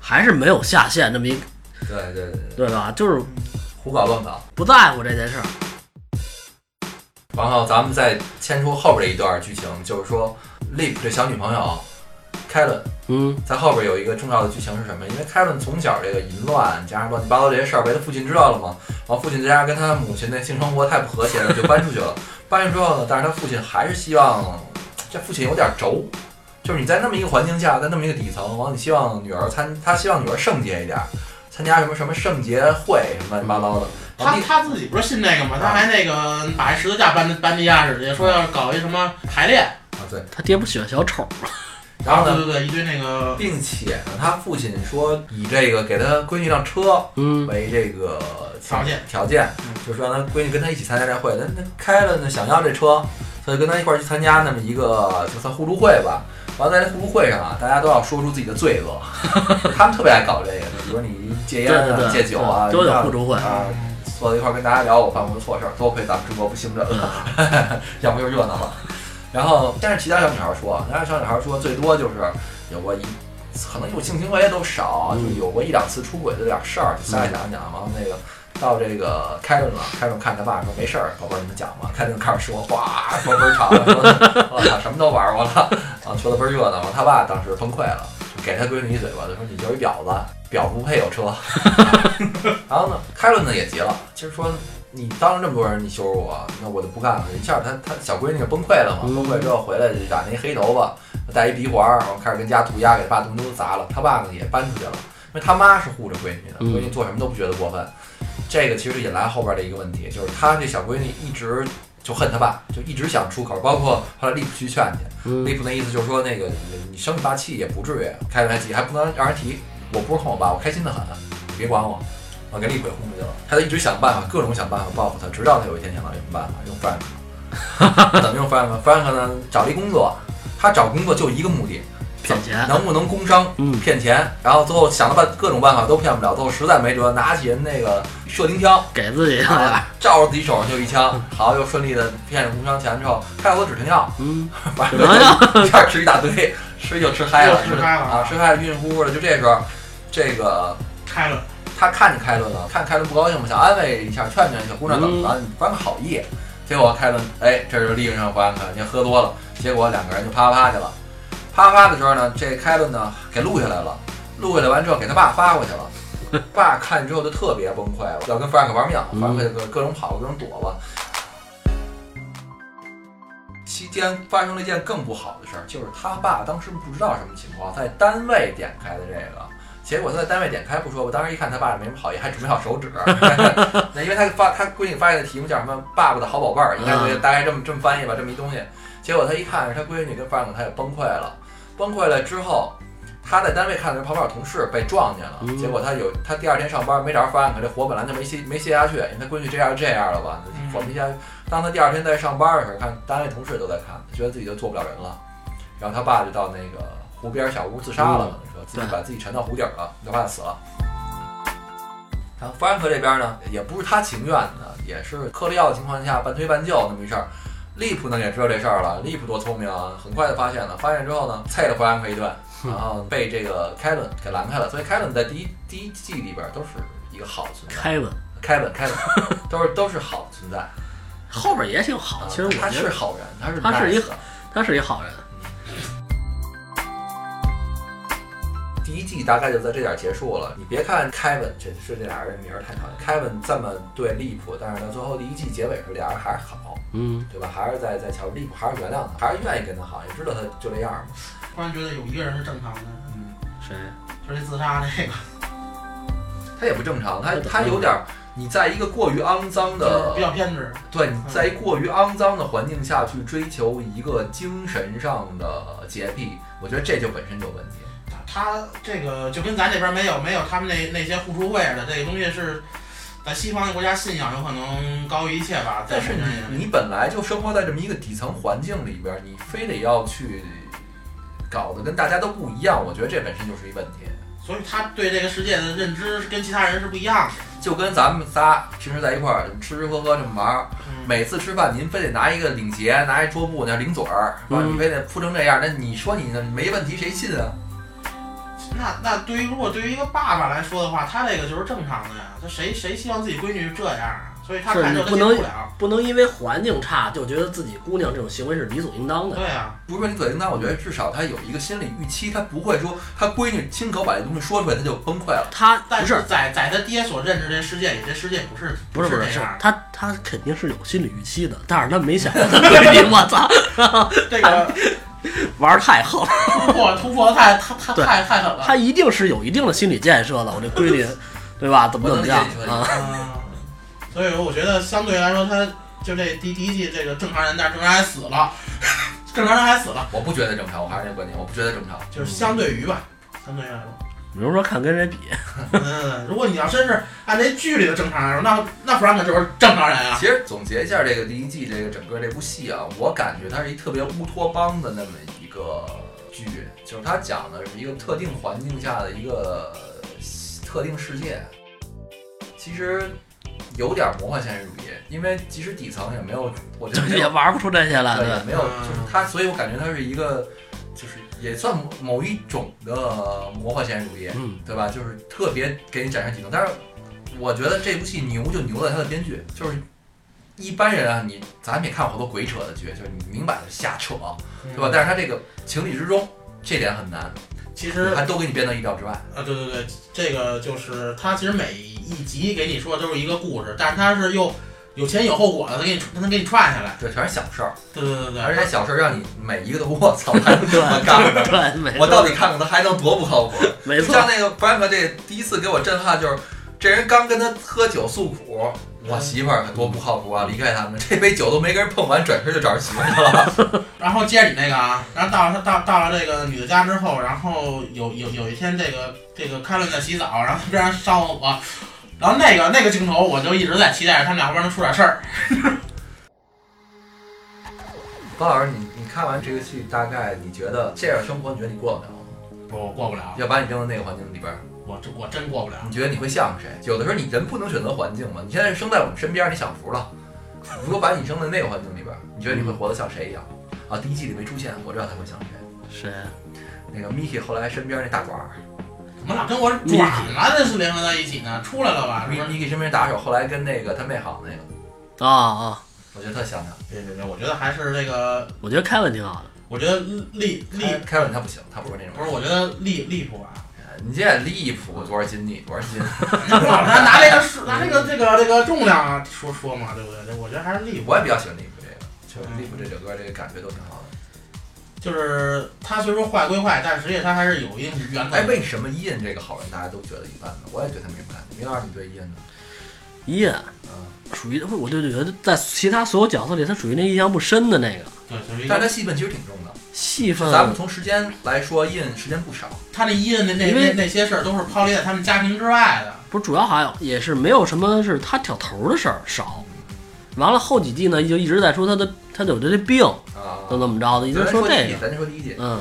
[SPEAKER 2] 还是没有下限这么一
[SPEAKER 1] 对对对，对
[SPEAKER 2] 对吧？就是
[SPEAKER 1] 胡搞乱搞。
[SPEAKER 2] 不在乎这件事儿。
[SPEAKER 1] 然后咱们再牵出后边这一段剧情，就是说 Leap 这小女朋友 k a l e n
[SPEAKER 2] 嗯，
[SPEAKER 1] 在后边有一个重要的剧情是什么？因为 k a l e n 从小这个淫乱加上乱七八糟这些事儿被他父亲知道了嘛，然后父亲再加上跟他母亲的性生活太不和谐了，就搬出去了。搬出去之后呢，但是他父亲还是希望，这父亲有点轴，就是你在那么一个环境下，在那么一个底层，完了你希望女儿参，他希望女儿圣洁一点，参加什么什么圣洁会什么乱七八糟的。然后
[SPEAKER 3] 他
[SPEAKER 1] 第
[SPEAKER 3] 他自己不是信那个吗？他还那个把一十字架搬搬地下室去，说要搞一什么排列，
[SPEAKER 1] 啊对，
[SPEAKER 2] 他爹不喜欢小丑吗？
[SPEAKER 1] 然后呢
[SPEAKER 3] 对？对对，一堆那个
[SPEAKER 1] 并且呢，他父亲说以这个给他闺女一辆车
[SPEAKER 2] 嗯，
[SPEAKER 1] 为这个
[SPEAKER 3] 条件
[SPEAKER 1] 条件
[SPEAKER 3] 嗯，
[SPEAKER 1] 就是让他闺女跟他一起参加这会。那那开了呢，想要这车，所以跟他一块儿去参加那么一个就算互助会吧。完了，在这互助会上啊，大家都要说出自己的罪恶， 他们特别爱搞这个，比如说你戒
[SPEAKER 2] 对
[SPEAKER 1] 烟
[SPEAKER 2] 对
[SPEAKER 1] 啊、
[SPEAKER 2] 对，
[SPEAKER 1] 戒酒啊，
[SPEAKER 2] 都有互
[SPEAKER 1] 助
[SPEAKER 2] 助会。
[SPEAKER 1] 啊。
[SPEAKER 3] 嗯
[SPEAKER 1] 坐在一块儿跟大家聊我犯过的错事儿，多亏咱们中国不兴政。
[SPEAKER 2] 嗯，
[SPEAKER 1] 要不就热闹了。然后，但是其他小女孩说，啊其他小女孩说最多就是有过一，可能有性行为都少，啊
[SPEAKER 2] 嗯
[SPEAKER 1] 就有过一两次出轨的点事儿，就瞎讲讲。然后那个到这个凯伦了，凯伦看他爸说没事儿，宝贝儿你们讲吧。凯伦开始说，哇，说倍儿长，说 我操什么都玩过了，啊，说的倍儿热闹。然后他爸当时崩溃了，给他闺女一嘴巴，就说你就是一婊子，婊子不配有车。 然后呢，凯伦呢也急了，其实说你当着这么多人，你羞辱我，那我就不干了。一下他他小闺女崩溃了嘛，
[SPEAKER 2] 嗯
[SPEAKER 1] 崩溃之后回来就染了一黑头发，戴一鼻环儿，然后开始跟家涂鸦，给他爸东西都砸了。他爸呢也搬出去了，因为他妈是护着闺女的，
[SPEAKER 2] 嗯
[SPEAKER 1] 闺女做什么都不觉得过分。这个其实引来后边的一个问题，就是他这小闺女一直就恨他爸，就一直想出口，包括后来利普去劝去，利
[SPEAKER 2] 嗯，
[SPEAKER 1] 普那意思就是说，那个你你生你爸气也不至于，开着还急，还不能让人提。我不是恨我爸，我开心的很，你别管我。我给利普给轰出去了，他就一直想办法，各种想办法报复他，直到他有一天想到有什么办法，用 Frank。怎么用 Frank？Frank 呢，找了一工作，他找工作就一个目的，
[SPEAKER 2] 骗钱。
[SPEAKER 1] 能不能工伤？
[SPEAKER 2] 嗯，
[SPEAKER 1] 骗钱，然后最后想了办各种办法都骗不了，最后实在没辙，拿起人那个射钉枪，
[SPEAKER 2] 给自己。
[SPEAKER 1] 照着自己手上就一枪，好又顺利的骗了工伤钱之后，开了止疼药，
[SPEAKER 2] 嗯，
[SPEAKER 1] 反
[SPEAKER 2] 止
[SPEAKER 1] 正
[SPEAKER 2] 疼 药。
[SPEAKER 1] 一下吃一大堆，吃就吃嗨了，
[SPEAKER 3] 又吃嗨了
[SPEAKER 1] 啊，吃嗨了，晕晕乎乎的。就这时候，这个
[SPEAKER 3] 开了，
[SPEAKER 1] 他看见凯伦了，看凯伦不高兴嘛，想安慰一下，劝劝小姑娘怎么了，不然好意。结果凯伦，哎，这就利用上弗兰克，人家喝多了，结果两个人就啪啪啪去了。啪啪啪的时候呢，这凯伦呢给录下来了，录下来完之后给他爸发过去了。爸看见之后就特别崩溃了，要跟弗兰克玩命，
[SPEAKER 2] 嗯
[SPEAKER 1] 弗兰克就各种跑，各种躲吧。期间发生了一件更不好的事儿，就是他爸当时不知道什么情况，在单位点开的这个，结果他在单位点开不说，我当时一看他爸没什么好意，还准备好手指， 那因为他发他闺女发现的题目叫什么“爸爸的好宝贝儿”，应该是大概这么这么翻译吧，这么一东西。结果他一看是他闺女跟范总，他也崩溃了，崩溃了之后。他在单位看到旁边有同事被撞见了，
[SPEAKER 2] 嗯
[SPEAKER 1] 结果他有他第二天上班没找着范可这火本来就没歇没歇下去，因为他闺女这样这样了吧，火没歇下去。当他第二天在上班的时候，看单位同事都在看，觉得自己就做不了人了，然后他爸就到那个湖边小屋自杀了，
[SPEAKER 2] 嗯
[SPEAKER 1] 等于说自己把自己沉到湖底儿了，他爸死了。然后弗兰克这边呢，也不是他情愿的，也是嗑了药的情况下半推半就那么一事儿。利普呢也知道这事儿了，利普多聪明啊，很快就发现了，发现之后呢，啐了弗兰克一 顿，然后被这个凯伦给拦开了。所以凯伦在第一第一季里边都是一个好存在，
[SPEAKER 2] 开文
[SPEAKER 1] 凯文凯文 都是都是好存在。啊
[SPEAKER 2] 后边也挺好，其实我
[SPEAKER 1] 他
[SPEAKER 2] 觉
[SPEAKER 1] 是
[SPEAKER 2] 得
[SPEAKER 1] 好人，他是
[SPEAKER 2] 他是一
[SPEAKER 1] nice 的
[SPEAKER 2] 他是一好人。
[SPEAKER 1] 第一季大概就在这点儿结束了。你别看凯文，这是这俩人名儿太讨厌。凯文这么对利普，但是到最后第一季结尾时候，俩人还是好，
[SPEAKER 2] 嗯，
[SPEAKER 1] 对吧？还是在在乔利普还是原谅他，还是愿意跟他好，也知道他就这样嘛。
[SPEAKER 3] 突然觉得有一个人是正常的，
[SPEAKER 1] 嗯，
[SPEAKER 2] 谁？
[SPEAKER 3] 就是自杀那个。
[SPEAKER 1] 嗯他也不正常，他他有点儿你在一个过于肮脏
[SPEAKER 3] 就是
[SPEAKER 1] 的
[SPEAKER 3] 比，较偏执。
[SPEAKER 1] 对，你在一个过于肮脏的环境下去追求一个精神上的洁癖，我觉得这就本身就有问题。
[SPEAKER 3] 他这个就跟咱这边没有没有他们那那些互助会似的，这个东西是在西方的国家信仰有可能高于一切吧。
[SPEAKER 1] 但是
[SPEAKER 3] 在我们
[SPEAKER 1] 你你本来就生活在这么一个底层环境里边儿，你非得要去搞得跟大家都不一样，我觉得这本身就是一问题。
[SPEAKER 3] 这所以他对这个世界的认知跟其他人是不一样的。
[SPEAKER 1] 就跟咱们仨平时在一块儿吃吃喝喝这么玩儿，每次吃饭您非得拿一个领结，拿一桌布那零嘴儿，是吧？
[SPEAKER 2] 嗯
[SPEAKER 1] 你非得铺成这样，那你说你那没问题，谁信啊？
[SPEAKER 3] 那那对于如果对于一个爸爸来说的话，他这个就是正常的呀。他谁谁希望自己闺女这样啊？所以他
[SPEAKER 2] 是
[SPEAKER 3] 看就
[SPEAKER 2] 你
[SPEAKER 3] 他
[SPEAKER 2] 不
[SPEAKER 3] 接
[SPEAKER 2] 能
[SPEAKER 3] 不了。
[SPEAKER 2] 不能因为环境差就觉得自己姑娘这种行为是理所应当的。
[SPEAKER 3] 对啊，
[SPEAKER 1] 不是说你嘴硬，但我觉得至少他有一个心理预期，他不会说他闺女亲口把这东西说出来，他就崩溃了。
[SPEAKER 2] 他
[SPEAKER 3] 但
[SPEAKER 2] 不是
[SPEAKER 3] 在在他爹所认知这世界里，这世界不是
[SPEAKER 2] 不是不是
[SPEAKER 3] 这
[SPEAKER 2] 是
[SPEAKER 3] 样的。
[SPEAKER 2] 他他肯定是有心理预期的，但是他没想到 他闺女，我操，
[SPEAKER 3] 这个
[SPEAKER 2] 玩儿太横，
[SPEAKER 3] 突破突破得太太太
[SPEAKER 2] 对
[SPEAKER 3] 太太狠了。
[SPEAKER 2] 他一定是有一定的心理建设的。我这闺女，对吧？怎么怎么样
[SPEAKER 1] 我能理解你说
[SPEAKER 2] 啊？
[SPEAKER 3] 啊，所以我觉得相对来说，他就这第第一季这个正常人，但是正常人还死了， 正常人还死了，
[SPEAKER 1] 我不觉得正常，我还是那观点，我不觉得正常。
[SPEAKER 3] 就是相对于吧，相对于来说，
[SPEAKER 2] 比如说看跟谁比，
[SPEAKER 3] 嗯，如果你要真是按这剧里的正常人，那那弗兰克就是正常人啊，
[SPEAKER 1] 其实总结一下这个第一季这个整个这部戏啊，我感觉它是一特别乌托邦的那么一个剧，就是它讲的是一个特定环境下的一个呃特定世界，其实有点魔幻现实主义，因为即使底层也没有，我觉
[SPEAKER 2] 就
[SPEAKER 1] 得
[SPEAKER 2] 是
[SPEAKER 1] 没
[SPEAKER 2] 也
[SPEAKER 1] 有
[SPEAKER 2] 玩不出这些来，
[SPEAKER 1] 对，
[SPEAKER 2] 对
[SPEAKER 1] 也
[SPEAKER 2] 吧。
[SPEAKER 1] 没有，
[SPEAKER 3] 嗯
[SPEAKER 1] 就是它，所以我感觉它是一个，就是也算某某一种的魔幻现实主义，
[SPEAKER 2] 嗯，
[SPEAKER 1] 对吧？就是特别给你展现体能。但是我觉得这部戏牛就牛在它的编剧，就是一般人啊，你咱们也看过好多鬼扯的剧，就是你明摆着瞎扯，
[SPEAKER 2] 嗯
[SPEAKER 1] 对吧？？但是他这个情理之中，这点很难，
[SPEAKER 3] 其实
[SPEAKER 1] 还都给你编到意料之外。
[SPEAKER 3] 啊，对对对，这个就是他其实每一集给你说的都是一个故事，但是他是又有前有后果的，他给你他能给你串下来，
[SPEAKER 1] 对，全是小事儿，
[SPEAKER 3] 对对对对，
[SPEAKER 1] 而且小事儿让你每一个都 我操，还能这么干的，
[SPEAKER 2] 对，没
[SPEAKER 1] 我
[SPEAKER 2] 错
[SPEAKER 1] 到底看看他还能多不靠谱？
[SPEAKER 2] 没
[SPEAKER 1] 就
[SPEAKER 2] 错，
[SPEAKER 1] 像那个 Frank 这第一次给我震撼就是，这人刚跟他喝酒诉苦，
[SPEAKER 2] 嗯
[SPEAKER 1] 我媳妇儿可多不靠谱啊！离开他们，这杯酒都没跟人碰完，转身就找人媳妇儿去了。
[SPEAKER 3] 然后接着你那个啊，然后到了他到到了这个女的家之后，然后有有有一天这个这个凯伦在洗澡，然后边上烧我，然后那个那个镜头我就一直在期待着他们俩后边能出点事儿。
[SPEAKER 1] 高老师，你你看完这个戏，大概你觉得这样生活，你觉得你过得了吗？
[SPEAKER 3] 我过不了，
[SPEAKER 1] 要把你扔到那个环境里边儿，
[SPEAKER 3] 我真我真过不了。
[SPEAKER 1] 你觉得你会像谁？有的时候你人不能选择环境嘛。你现在生在我们身边，你享福了。如果把你扔在那个环境里边儿，你觉得你会活得像谁一样？啊，第一季里没出现，我知道他会像谁。
[SPEAKER 2] 谁？
[SPEAKER 1] 那个 Miki 后来身边那大管儿
[SPEAKER 3] 怎么老跟我转了？那是联合在一起呢？出来了吧？是不是？
[SPEAKER 1] ，Miki 身边打手后来跟那个他妹好那个，
[SPEAKER 2] 啊啊！
[SPEAKER 1] 我觉得特像他。
[SPEAKER 3] 对对对，我觉得还是这个，
[SPEAKER 2] 我觉得凯文挺好的，
[SPEAKER 3] 我觉得利利
[SPEAKER 1] 凯凯文他不行，他不是那种
[SPEAKER 3] 不是，我觉得利利不吧。
[SPEAKER 1] 人。你这离谱，多少斤你多少斤？
[SPEAKER 3] 老拿拿这个数拿这个这个这个重量啊说说嘛，对不对？我觉得还是利普。
[SPEAKER 1] 我也比较喜欢离谱这个，就是离谱这整个这个感觉都挺好的。
[SPEAKER 3] 就是他虽说坏归坏，但实际上他还是有一定原则。
[SPEAKER 1] 哎，为什么伊恩这个好人大家都觉得一般呢？我也对他没什么感觉。明老师，你对伊恩呢？
[SPEAKER 2] 伊恩
[SPEAKER 1] 嗯，
[SPEAKER 2] 属于我就觉得在其他所有角色里，他属于那印象不深的那个
[SPEAKER 3] 对，就是一
[SPEAKER 1] 但是他
[SPEAKER 3] 个
[SPEAKER 1] 戏份其实挺重的。
[SPEAKER 2] 戏份。
[SPEAKER 1] 咱们从时间来说，伊恩时间不少。
[SPEAKER 3] 他那一的那那
[SPEAKER 2] 因
[SPEAKER 3] 那
[SPEAKER 2] 为
[SPEAKER 3] 那些事儿都是抛离在他们家庭之外的。
[SPEAKER 2] 不是主要还有也是没有什么是他挑头的事儿少。完了后几季呢，就一直在说他的他有这些病，
[SPEAKER 1] 啊
[SPEAKER 2] 怎么怎么着的，一直
[SPEAKER 1] 咱
[SPEAKER 2] 说
[SPEAKER 1] 第一
[SPEAKER 2] 这
[SPEAKER 1] 季，
[SPEAKER 2] 个。
[SPEAKER 1] 咱就说第一季。
[SPEAKER 2] 嗯，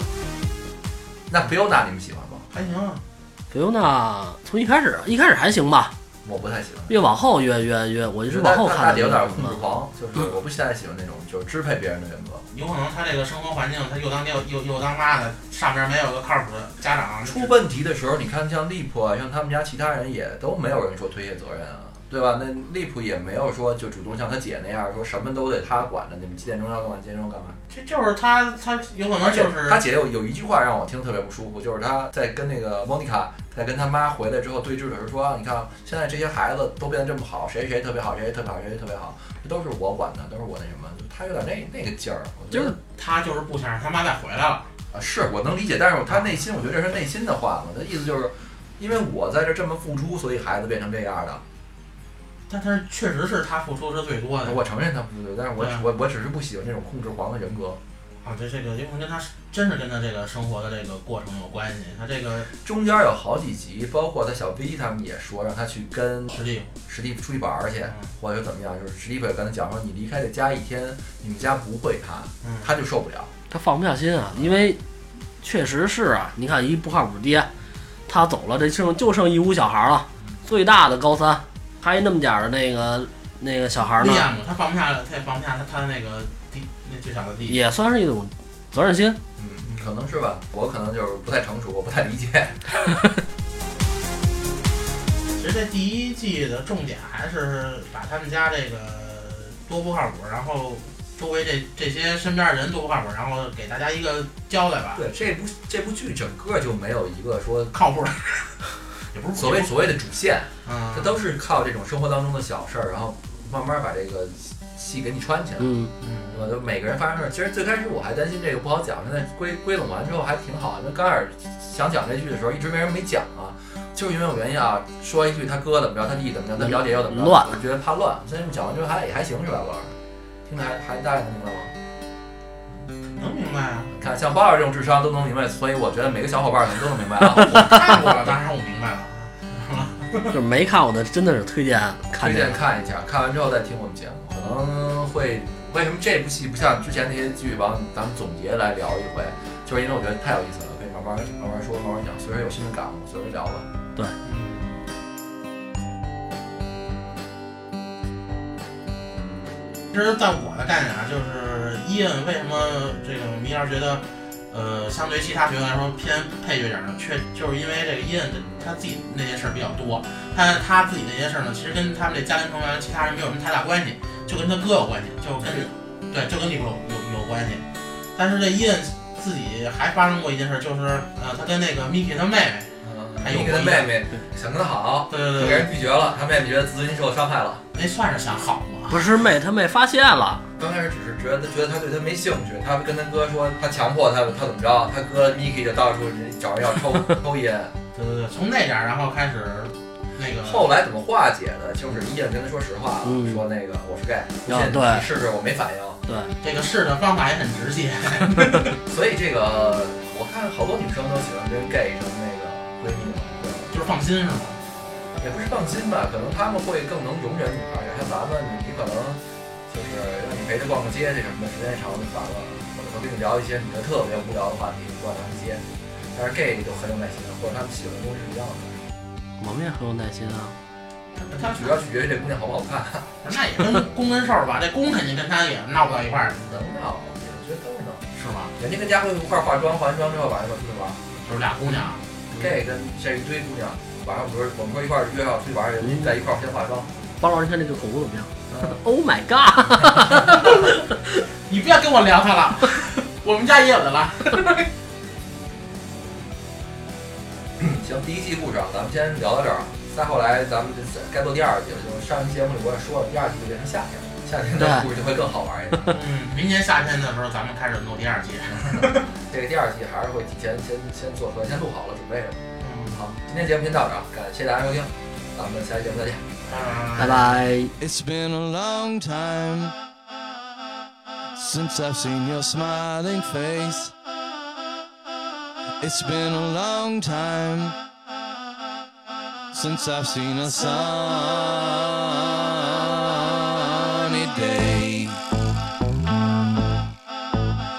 [SPEAKER 1] 那菲欧娜你们喜欢吗？
[SPEAKER 3] 还行啊，
[SPEAKER 2] 菲欧娜从一开始一开始还行吧，
[SPEAKER 1] 我不太喜欢。
[SPEAKER 2] 越往后越越越，我
[SPEAKER 1] 我
[SPEAKER 2] 就是往后
[SPEAKER 1] 他他
[SPEAKER 2] 看
[SPEAKER 1] 得有
[SPEAKER 2] 的嗯
[SPEAKER 1] 点控
[SPEAKER 2] 那
[SPEAKER 1] 制
[SPEAKER 2] 种。
[SPEAKER 1] 狂，就是我不太喜欢那种就是支配别人的人格。
[SPEAKER 3] 有可能他这个生活环境，他又当爹又又当妈的，上边没有个靠谱的家长。
[SPEAKER 1] 出问题的时候，你看像利普啊，像他们家其他人也都没有人说推卸责任啊，对吧？那利普也没有说就主动像他姐那样说什么都得他管着，你们几点钟要干嘛，几点钟干嘛。
[SPEAKER 3] 这就是他，他有可能就是
[SPEAKER 1] 他姐有有一句话让我听特别不舒服，就是他在跟那个莫妮卡在跟他妈回来之后对峙的时候说，啊你看现在这些孩子都变得这么好，谁谁特别好，谁谁特别好，谁谁特别好，这都是我管的，都是我那什么，就他有点那那个劲儿，我觉得
[SPEAKER 2] 就是
[SPEAKER 3] 他就是不想让他妈再回来了。
[SPEAKER 1] 啊，是我能理解，但是他内心，我觉得这是内心的话嘛。他意思就是，因为我在这这么付出，所以孩子变成这样的。
[SPEAKER 3] 但但是确实是他付出是最多的。
[SPEAKER 1] 我承认他不对，但是我
[SPEAKER 3] 对啊
[SPEAKER 1] 我我只是不喜欢这种控制狂的人格。
[SPEAKER 3] 啊，对这个，因为跟他是真是跟他这个生活的这个过程有关系。他这个
[SPEAKER 1] 中间有好几集，包括他小 B 他们也说让他去跟
[SPEAKER 3] 实力，
[SPEAKER 1] 史蒂夫出去玩儿去
[SPEAKER 3] 嗯，
[SPEAKER 1] 或者怎么样，就是史蒂夫也跟他讲说，你离开这家一天，你们家不会看，
[SPEAKER 3] 嗯，
[SPEAKER 1] 他就受不了。
[SPEAKER 2] 他放不下心啊，因为确实是啊，你看一不靠谱爹，他走了，这剩就剩一屋小孩了，最大的高三，还那么点儿的那个那个小孩呢
[SPEAKER 3] 你，见过他放不下了，他也放不下他他那个弟那最小的弟弟。
[SPEAKER 2] 也算是一种责任心。
[SPEAKER 1] 嗯，可能是吧，我可能就是不太成熟，我不太理解。
[SPEAKER 3] 其实这第一季的重点还是把他们家这个多不靠谱，然后周围这这些身边人多不靠谱，然后给大家一个交代吧。
[SPEAKER 1] 对，这部这部剧整个就没有一个说
[SPEAKER 3] 靠 谱，也不是
[SPEAKER 1] 所谓所谓的主线，
[SPEAKER 3] 嗯
[SPEAKER 1] 它，都是靠这种生活当中的小事儿，然后慢慢把这个戏给你穿起来。
[SPEAKER 2] 嗯，
[SPEAKER 3] 嗯
[SPEAKER 1] 我就每个人发生事儿，其实最开始我还担心这个不好讲，现在归归拢完之后还挺好。那刚开始想讲这剧的时候，一直没人没讲啊，就是因为有原因啊，说一句他哥怎么着，他弟怎么着，他表姐又怎么着，
[SPEAKER 2] 乱
[SPEAKER 1] 我觉得怕乱。所以讲完之后还也还行是吧，老师？听得还还大家能明白吗？
[SPEAKER 3] 能明白啊？
[SPEAKER 1] 看像包老师这种智商都能明白，所以我觉得每个小伙伴可能都能明白啊。
[SPEAKER 3] 看过了，当然我明白了。
[SPEAKER 2] 就是没看过的，真的是推荐看
[SPEAKER 1] 推
[SPEAKER 2] 这个
[SPEAKER 1] 荐。看一下，看完之后再听我们节目，可能会为什么这部戏不像之前那些剧吧，咱们总结来聊一回，就是因为我觉得太有意思了，可以慢慢慢慢说，慢慢讲，随时有新的感悟，随时聊吧。
[SPEAKER 3] 嗯，其实，在我的概念啊，就是伊恩为什么这个米老师觉得，呃，相对于其他学员来说偏配角点儿呢？确就是因为这个伊恩他自己那些事儿比较多，他他自己那些事儿呢，其实跟他们这家庭成员其他人没有什么太大关系，就跟他哥有关系，就跟对，就跟利布鲁有有关系。但是这伊恩自己还发生过一件事，就是呃，他跟那个 Miki 他妹妹，还有
[SPEAKER 1] 你给他
[SPEAKER 3] 我
[SPEAKER 1] 妹妹想跟他好，
[SPEAKER 3] 对对
[SPEAKER 1] 就
[SPEAKER 3] 对
[SPEAKER 1] 给
[SPEAKER 3] 对，
[SPEAKER 1] 人拒绝了，他妹妹觉得自尊心受伤害了。
[SPEAKER 3] 那哎算是想好吗？
[SPEAKER 2] 不是妹，他妹发现了，
[SPEAKER 1] 刚开始只是觉得觉得他对他没兴趣，他跟他哥说他强迫他他怎么着，他哥 Miki 就到处找人要抽抽烟。
[SPEAKER 3] 对对对，从那点儿然后开始，那个
[SPEAKER 1] 后来怎么化解的？就是伊恩跟他说实话了，啊
[SPEAKER 2] 嗯
[SPEAKER 1] 说那个我是 gay，
[SPEAKER 2] 啊
[SPEAKER 1] 现在
[SPEAKER 2] 对
[SPEAKER 1] 你试试我没反应。
[SPEAKER 2] 对，
[SPEAKER 3] 这个试的方法也很直接，
[SPEAKER 1] 所以这个我看好多女生都喜欢跟 gay 成那个闺蜜嘛，对吧
[SPEAKER 3] 就是放心是吗？
[SPEAKER 1] 也不是放心吧，可能他们会更能容忍女孩儿，像咱们，你可能就是让你陪她逛个街这什么的，时间长了就烦了，或者说跟你聊一些你觉得特别无聊的话题，不管逛街。但是 gay 就很有耐心，或者他们喜欢的东西是一样的，
[SPEAKER 2] 我们也很有耐心啊。
[SPEAKER 3] 他
[SPEAKER 1] 主要取决于这姑娘好不好看。
[SPEAKER 3] 那也跟公跟受吧，这公肯定跟他也闹不到一块儿去，
[SPEAKER 1] 能闹，我觉得都能。
[SPEAKER 3] 是吗？
[SPEAKER 1] 人家跟家会一块儿化妆，化完妆之后晚上就出去玩儿。
[SPEAKER 3] 就是俩姑娘，
[SPEAKER 1] gay 跟这一堆姑娘，晚上我们说我们说一块儿约好出去玩儿去，在一块儿先化妆。
[SPEAKER 2] 包老师，你看这个口红怎么样
[SPEAKER 1] 嗯
[SPEAKER 2] ？Oh my god！
[SPEAKER 3] 你不要跟我聊他了， 我们家也有的了。
[SPEAKER 1] 行，第一季故事啊，咱们先聊到这儿。再后来，咱们这该做第二季了。就是上一期节目里我也说了，第二季就变成夏天了，夏天的
[SPEAKER 2] 对
[SPEAKER 1] 故事就会更好玩一点。
[SPEAKER 3] 嗯，明年夏天的时候咱们开始弄第二季。
[SPEAKER 1] 这个第二季还是会提前先先做出来，先录好了准备着。
[SPEAKER 3] 嗯，
[SPEAKER 1] 好，今天节目先到这儿，感谢大家收听，咱们下期节目再见。
[SPEAKER 2] 拜拜。
[SPEAKER 4] It's been a long time since I've seen your smiling face. It's been a long time since I've seen a sunny day.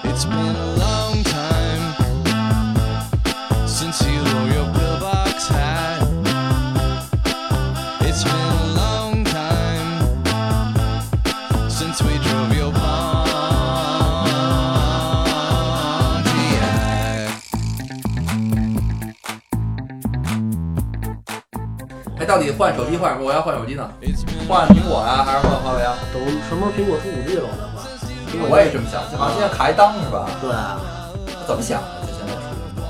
[SPEAKER 4] It's been a long time since you wore your pillbox hat. It's been a long time since we drove your Pontiac.
[SPEAKER 1] 哎，到底换手机换什么？我要换手机呢，
[SPEAKER 4] It's been
[SPEAKER 1] 换苹果呀、还是换华为啊？
[SPEAKER 2] 等什么时候苹果出五 G 了，我再换。
[SPEAKER 1] 我也这么想，好像现在卡一裆是吧？
[SPEAKER 2] 对啊，
[SPEAKER 1] 怎么想的？这现在出苹果，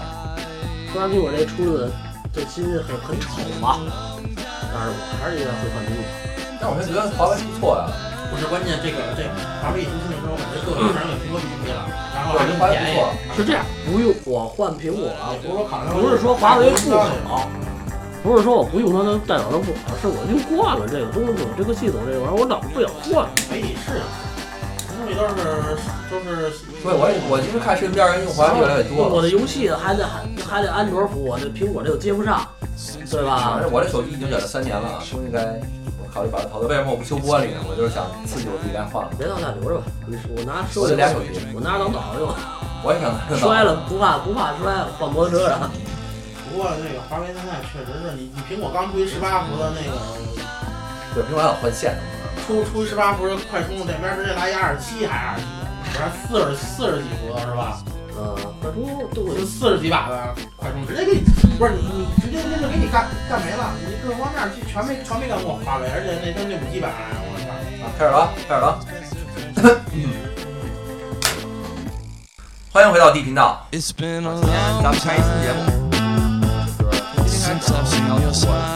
[SPEAKER 2] 突然苹果这出的这新很很丑嘛，但是我还是应该会换苹果。
[SPEAKER 1] 但我就觉得华为不错呀、
[SPEAKER 3] 不是关键，这个这华为一出现之后，感觉各个人有苹果云了，然后
[SPEAKER 1] 我
[SPEAKER 3] 还
[SPEAKER 1] 觉得
[SPEAKER 3] 更
[SPEAKER 1] 华为
[SPEAKER 3] 便
[SPEAKER 1] 不
[SPEAKER 3] 宜
[SPEAKER 1] 错。。
[SPEAKER 2] 是这样，不用我换苹果啊，
[SPEAKER 3] 不是说考虑
[SPEAKER 2] 不是说华为不好，不是说我不用它，它代表它不好，是我用惯了这个东西，这个系统这玩意儿，我老不咬惯了。
[SPEAKER 3] 可以试试。东西都是都是，
[SPEAKER 1] 所以我也我就是看身边人用环越来越多
[SPEAKER 2] 我
[SPEAKER 1] 了。
[SPEAKER 2] 的游戏还得还还得安卓服务，我这苹果这又接不上，啊对吧
[SPEAKER 1] 反？正我这手机已经忍了三年了，是不是应该我考虑把它淘汰？为什么我不修玻璃呢？我就是想刺激我自己再换。
[SPEAKER 2] 别到那留着吧，你说我拿
[SPEAKER 1] 我
[SPEAKER 2] 收
[SPEAKER 1] 这
[SPEAKER 2] 拾
[SPEAKER 1] 俩手机，
[SPEAKER 2] 我拿着当导游，
[SPEAKER 1] 我也想看到
[SPEAKER 2] 摔了不怕不怕摔，换摩托车啊上。
[SPEAKER 3] 不过那个华为现在确实是你，你苹果刚出一十八伏的那个，
[SPEAKER 1] 对，平板老换线的。
[SPEAKER 3] 出出一十八伏的快充，这边直接来一二十七还二十几，还四十四十几伏的是吧？
[SPEAKER 2] 呃，快充对
[SPEAKER 3] 我就四十几瓦的快充，直接给你，不是你你直接那就给你干干没了，你各个方面就全没全没干过华为，而且那跟那五 G 版，我操！
[SPEAKER 1] 啊，开始了，啊，开始了。啊 欢迎回到 D 频道，
[SPEAKER 4] It's been a
[SPEAKER 1] 今天
[SPEAKER 4] long
[SPEAKER 1] 咱们上一期
[SPEAKER 4] time
[SPEAKER 1] 节目就是从今天开
[SPEAKER 4] since
[SPEAKER 1] 始
[SPEAKER 4] I've
[SPEAKER 1] 我
[SPEAKER 4] seen
[SPEAKER 1] 们要
[SPEAKER 4] your
[SPEAKER 1] 做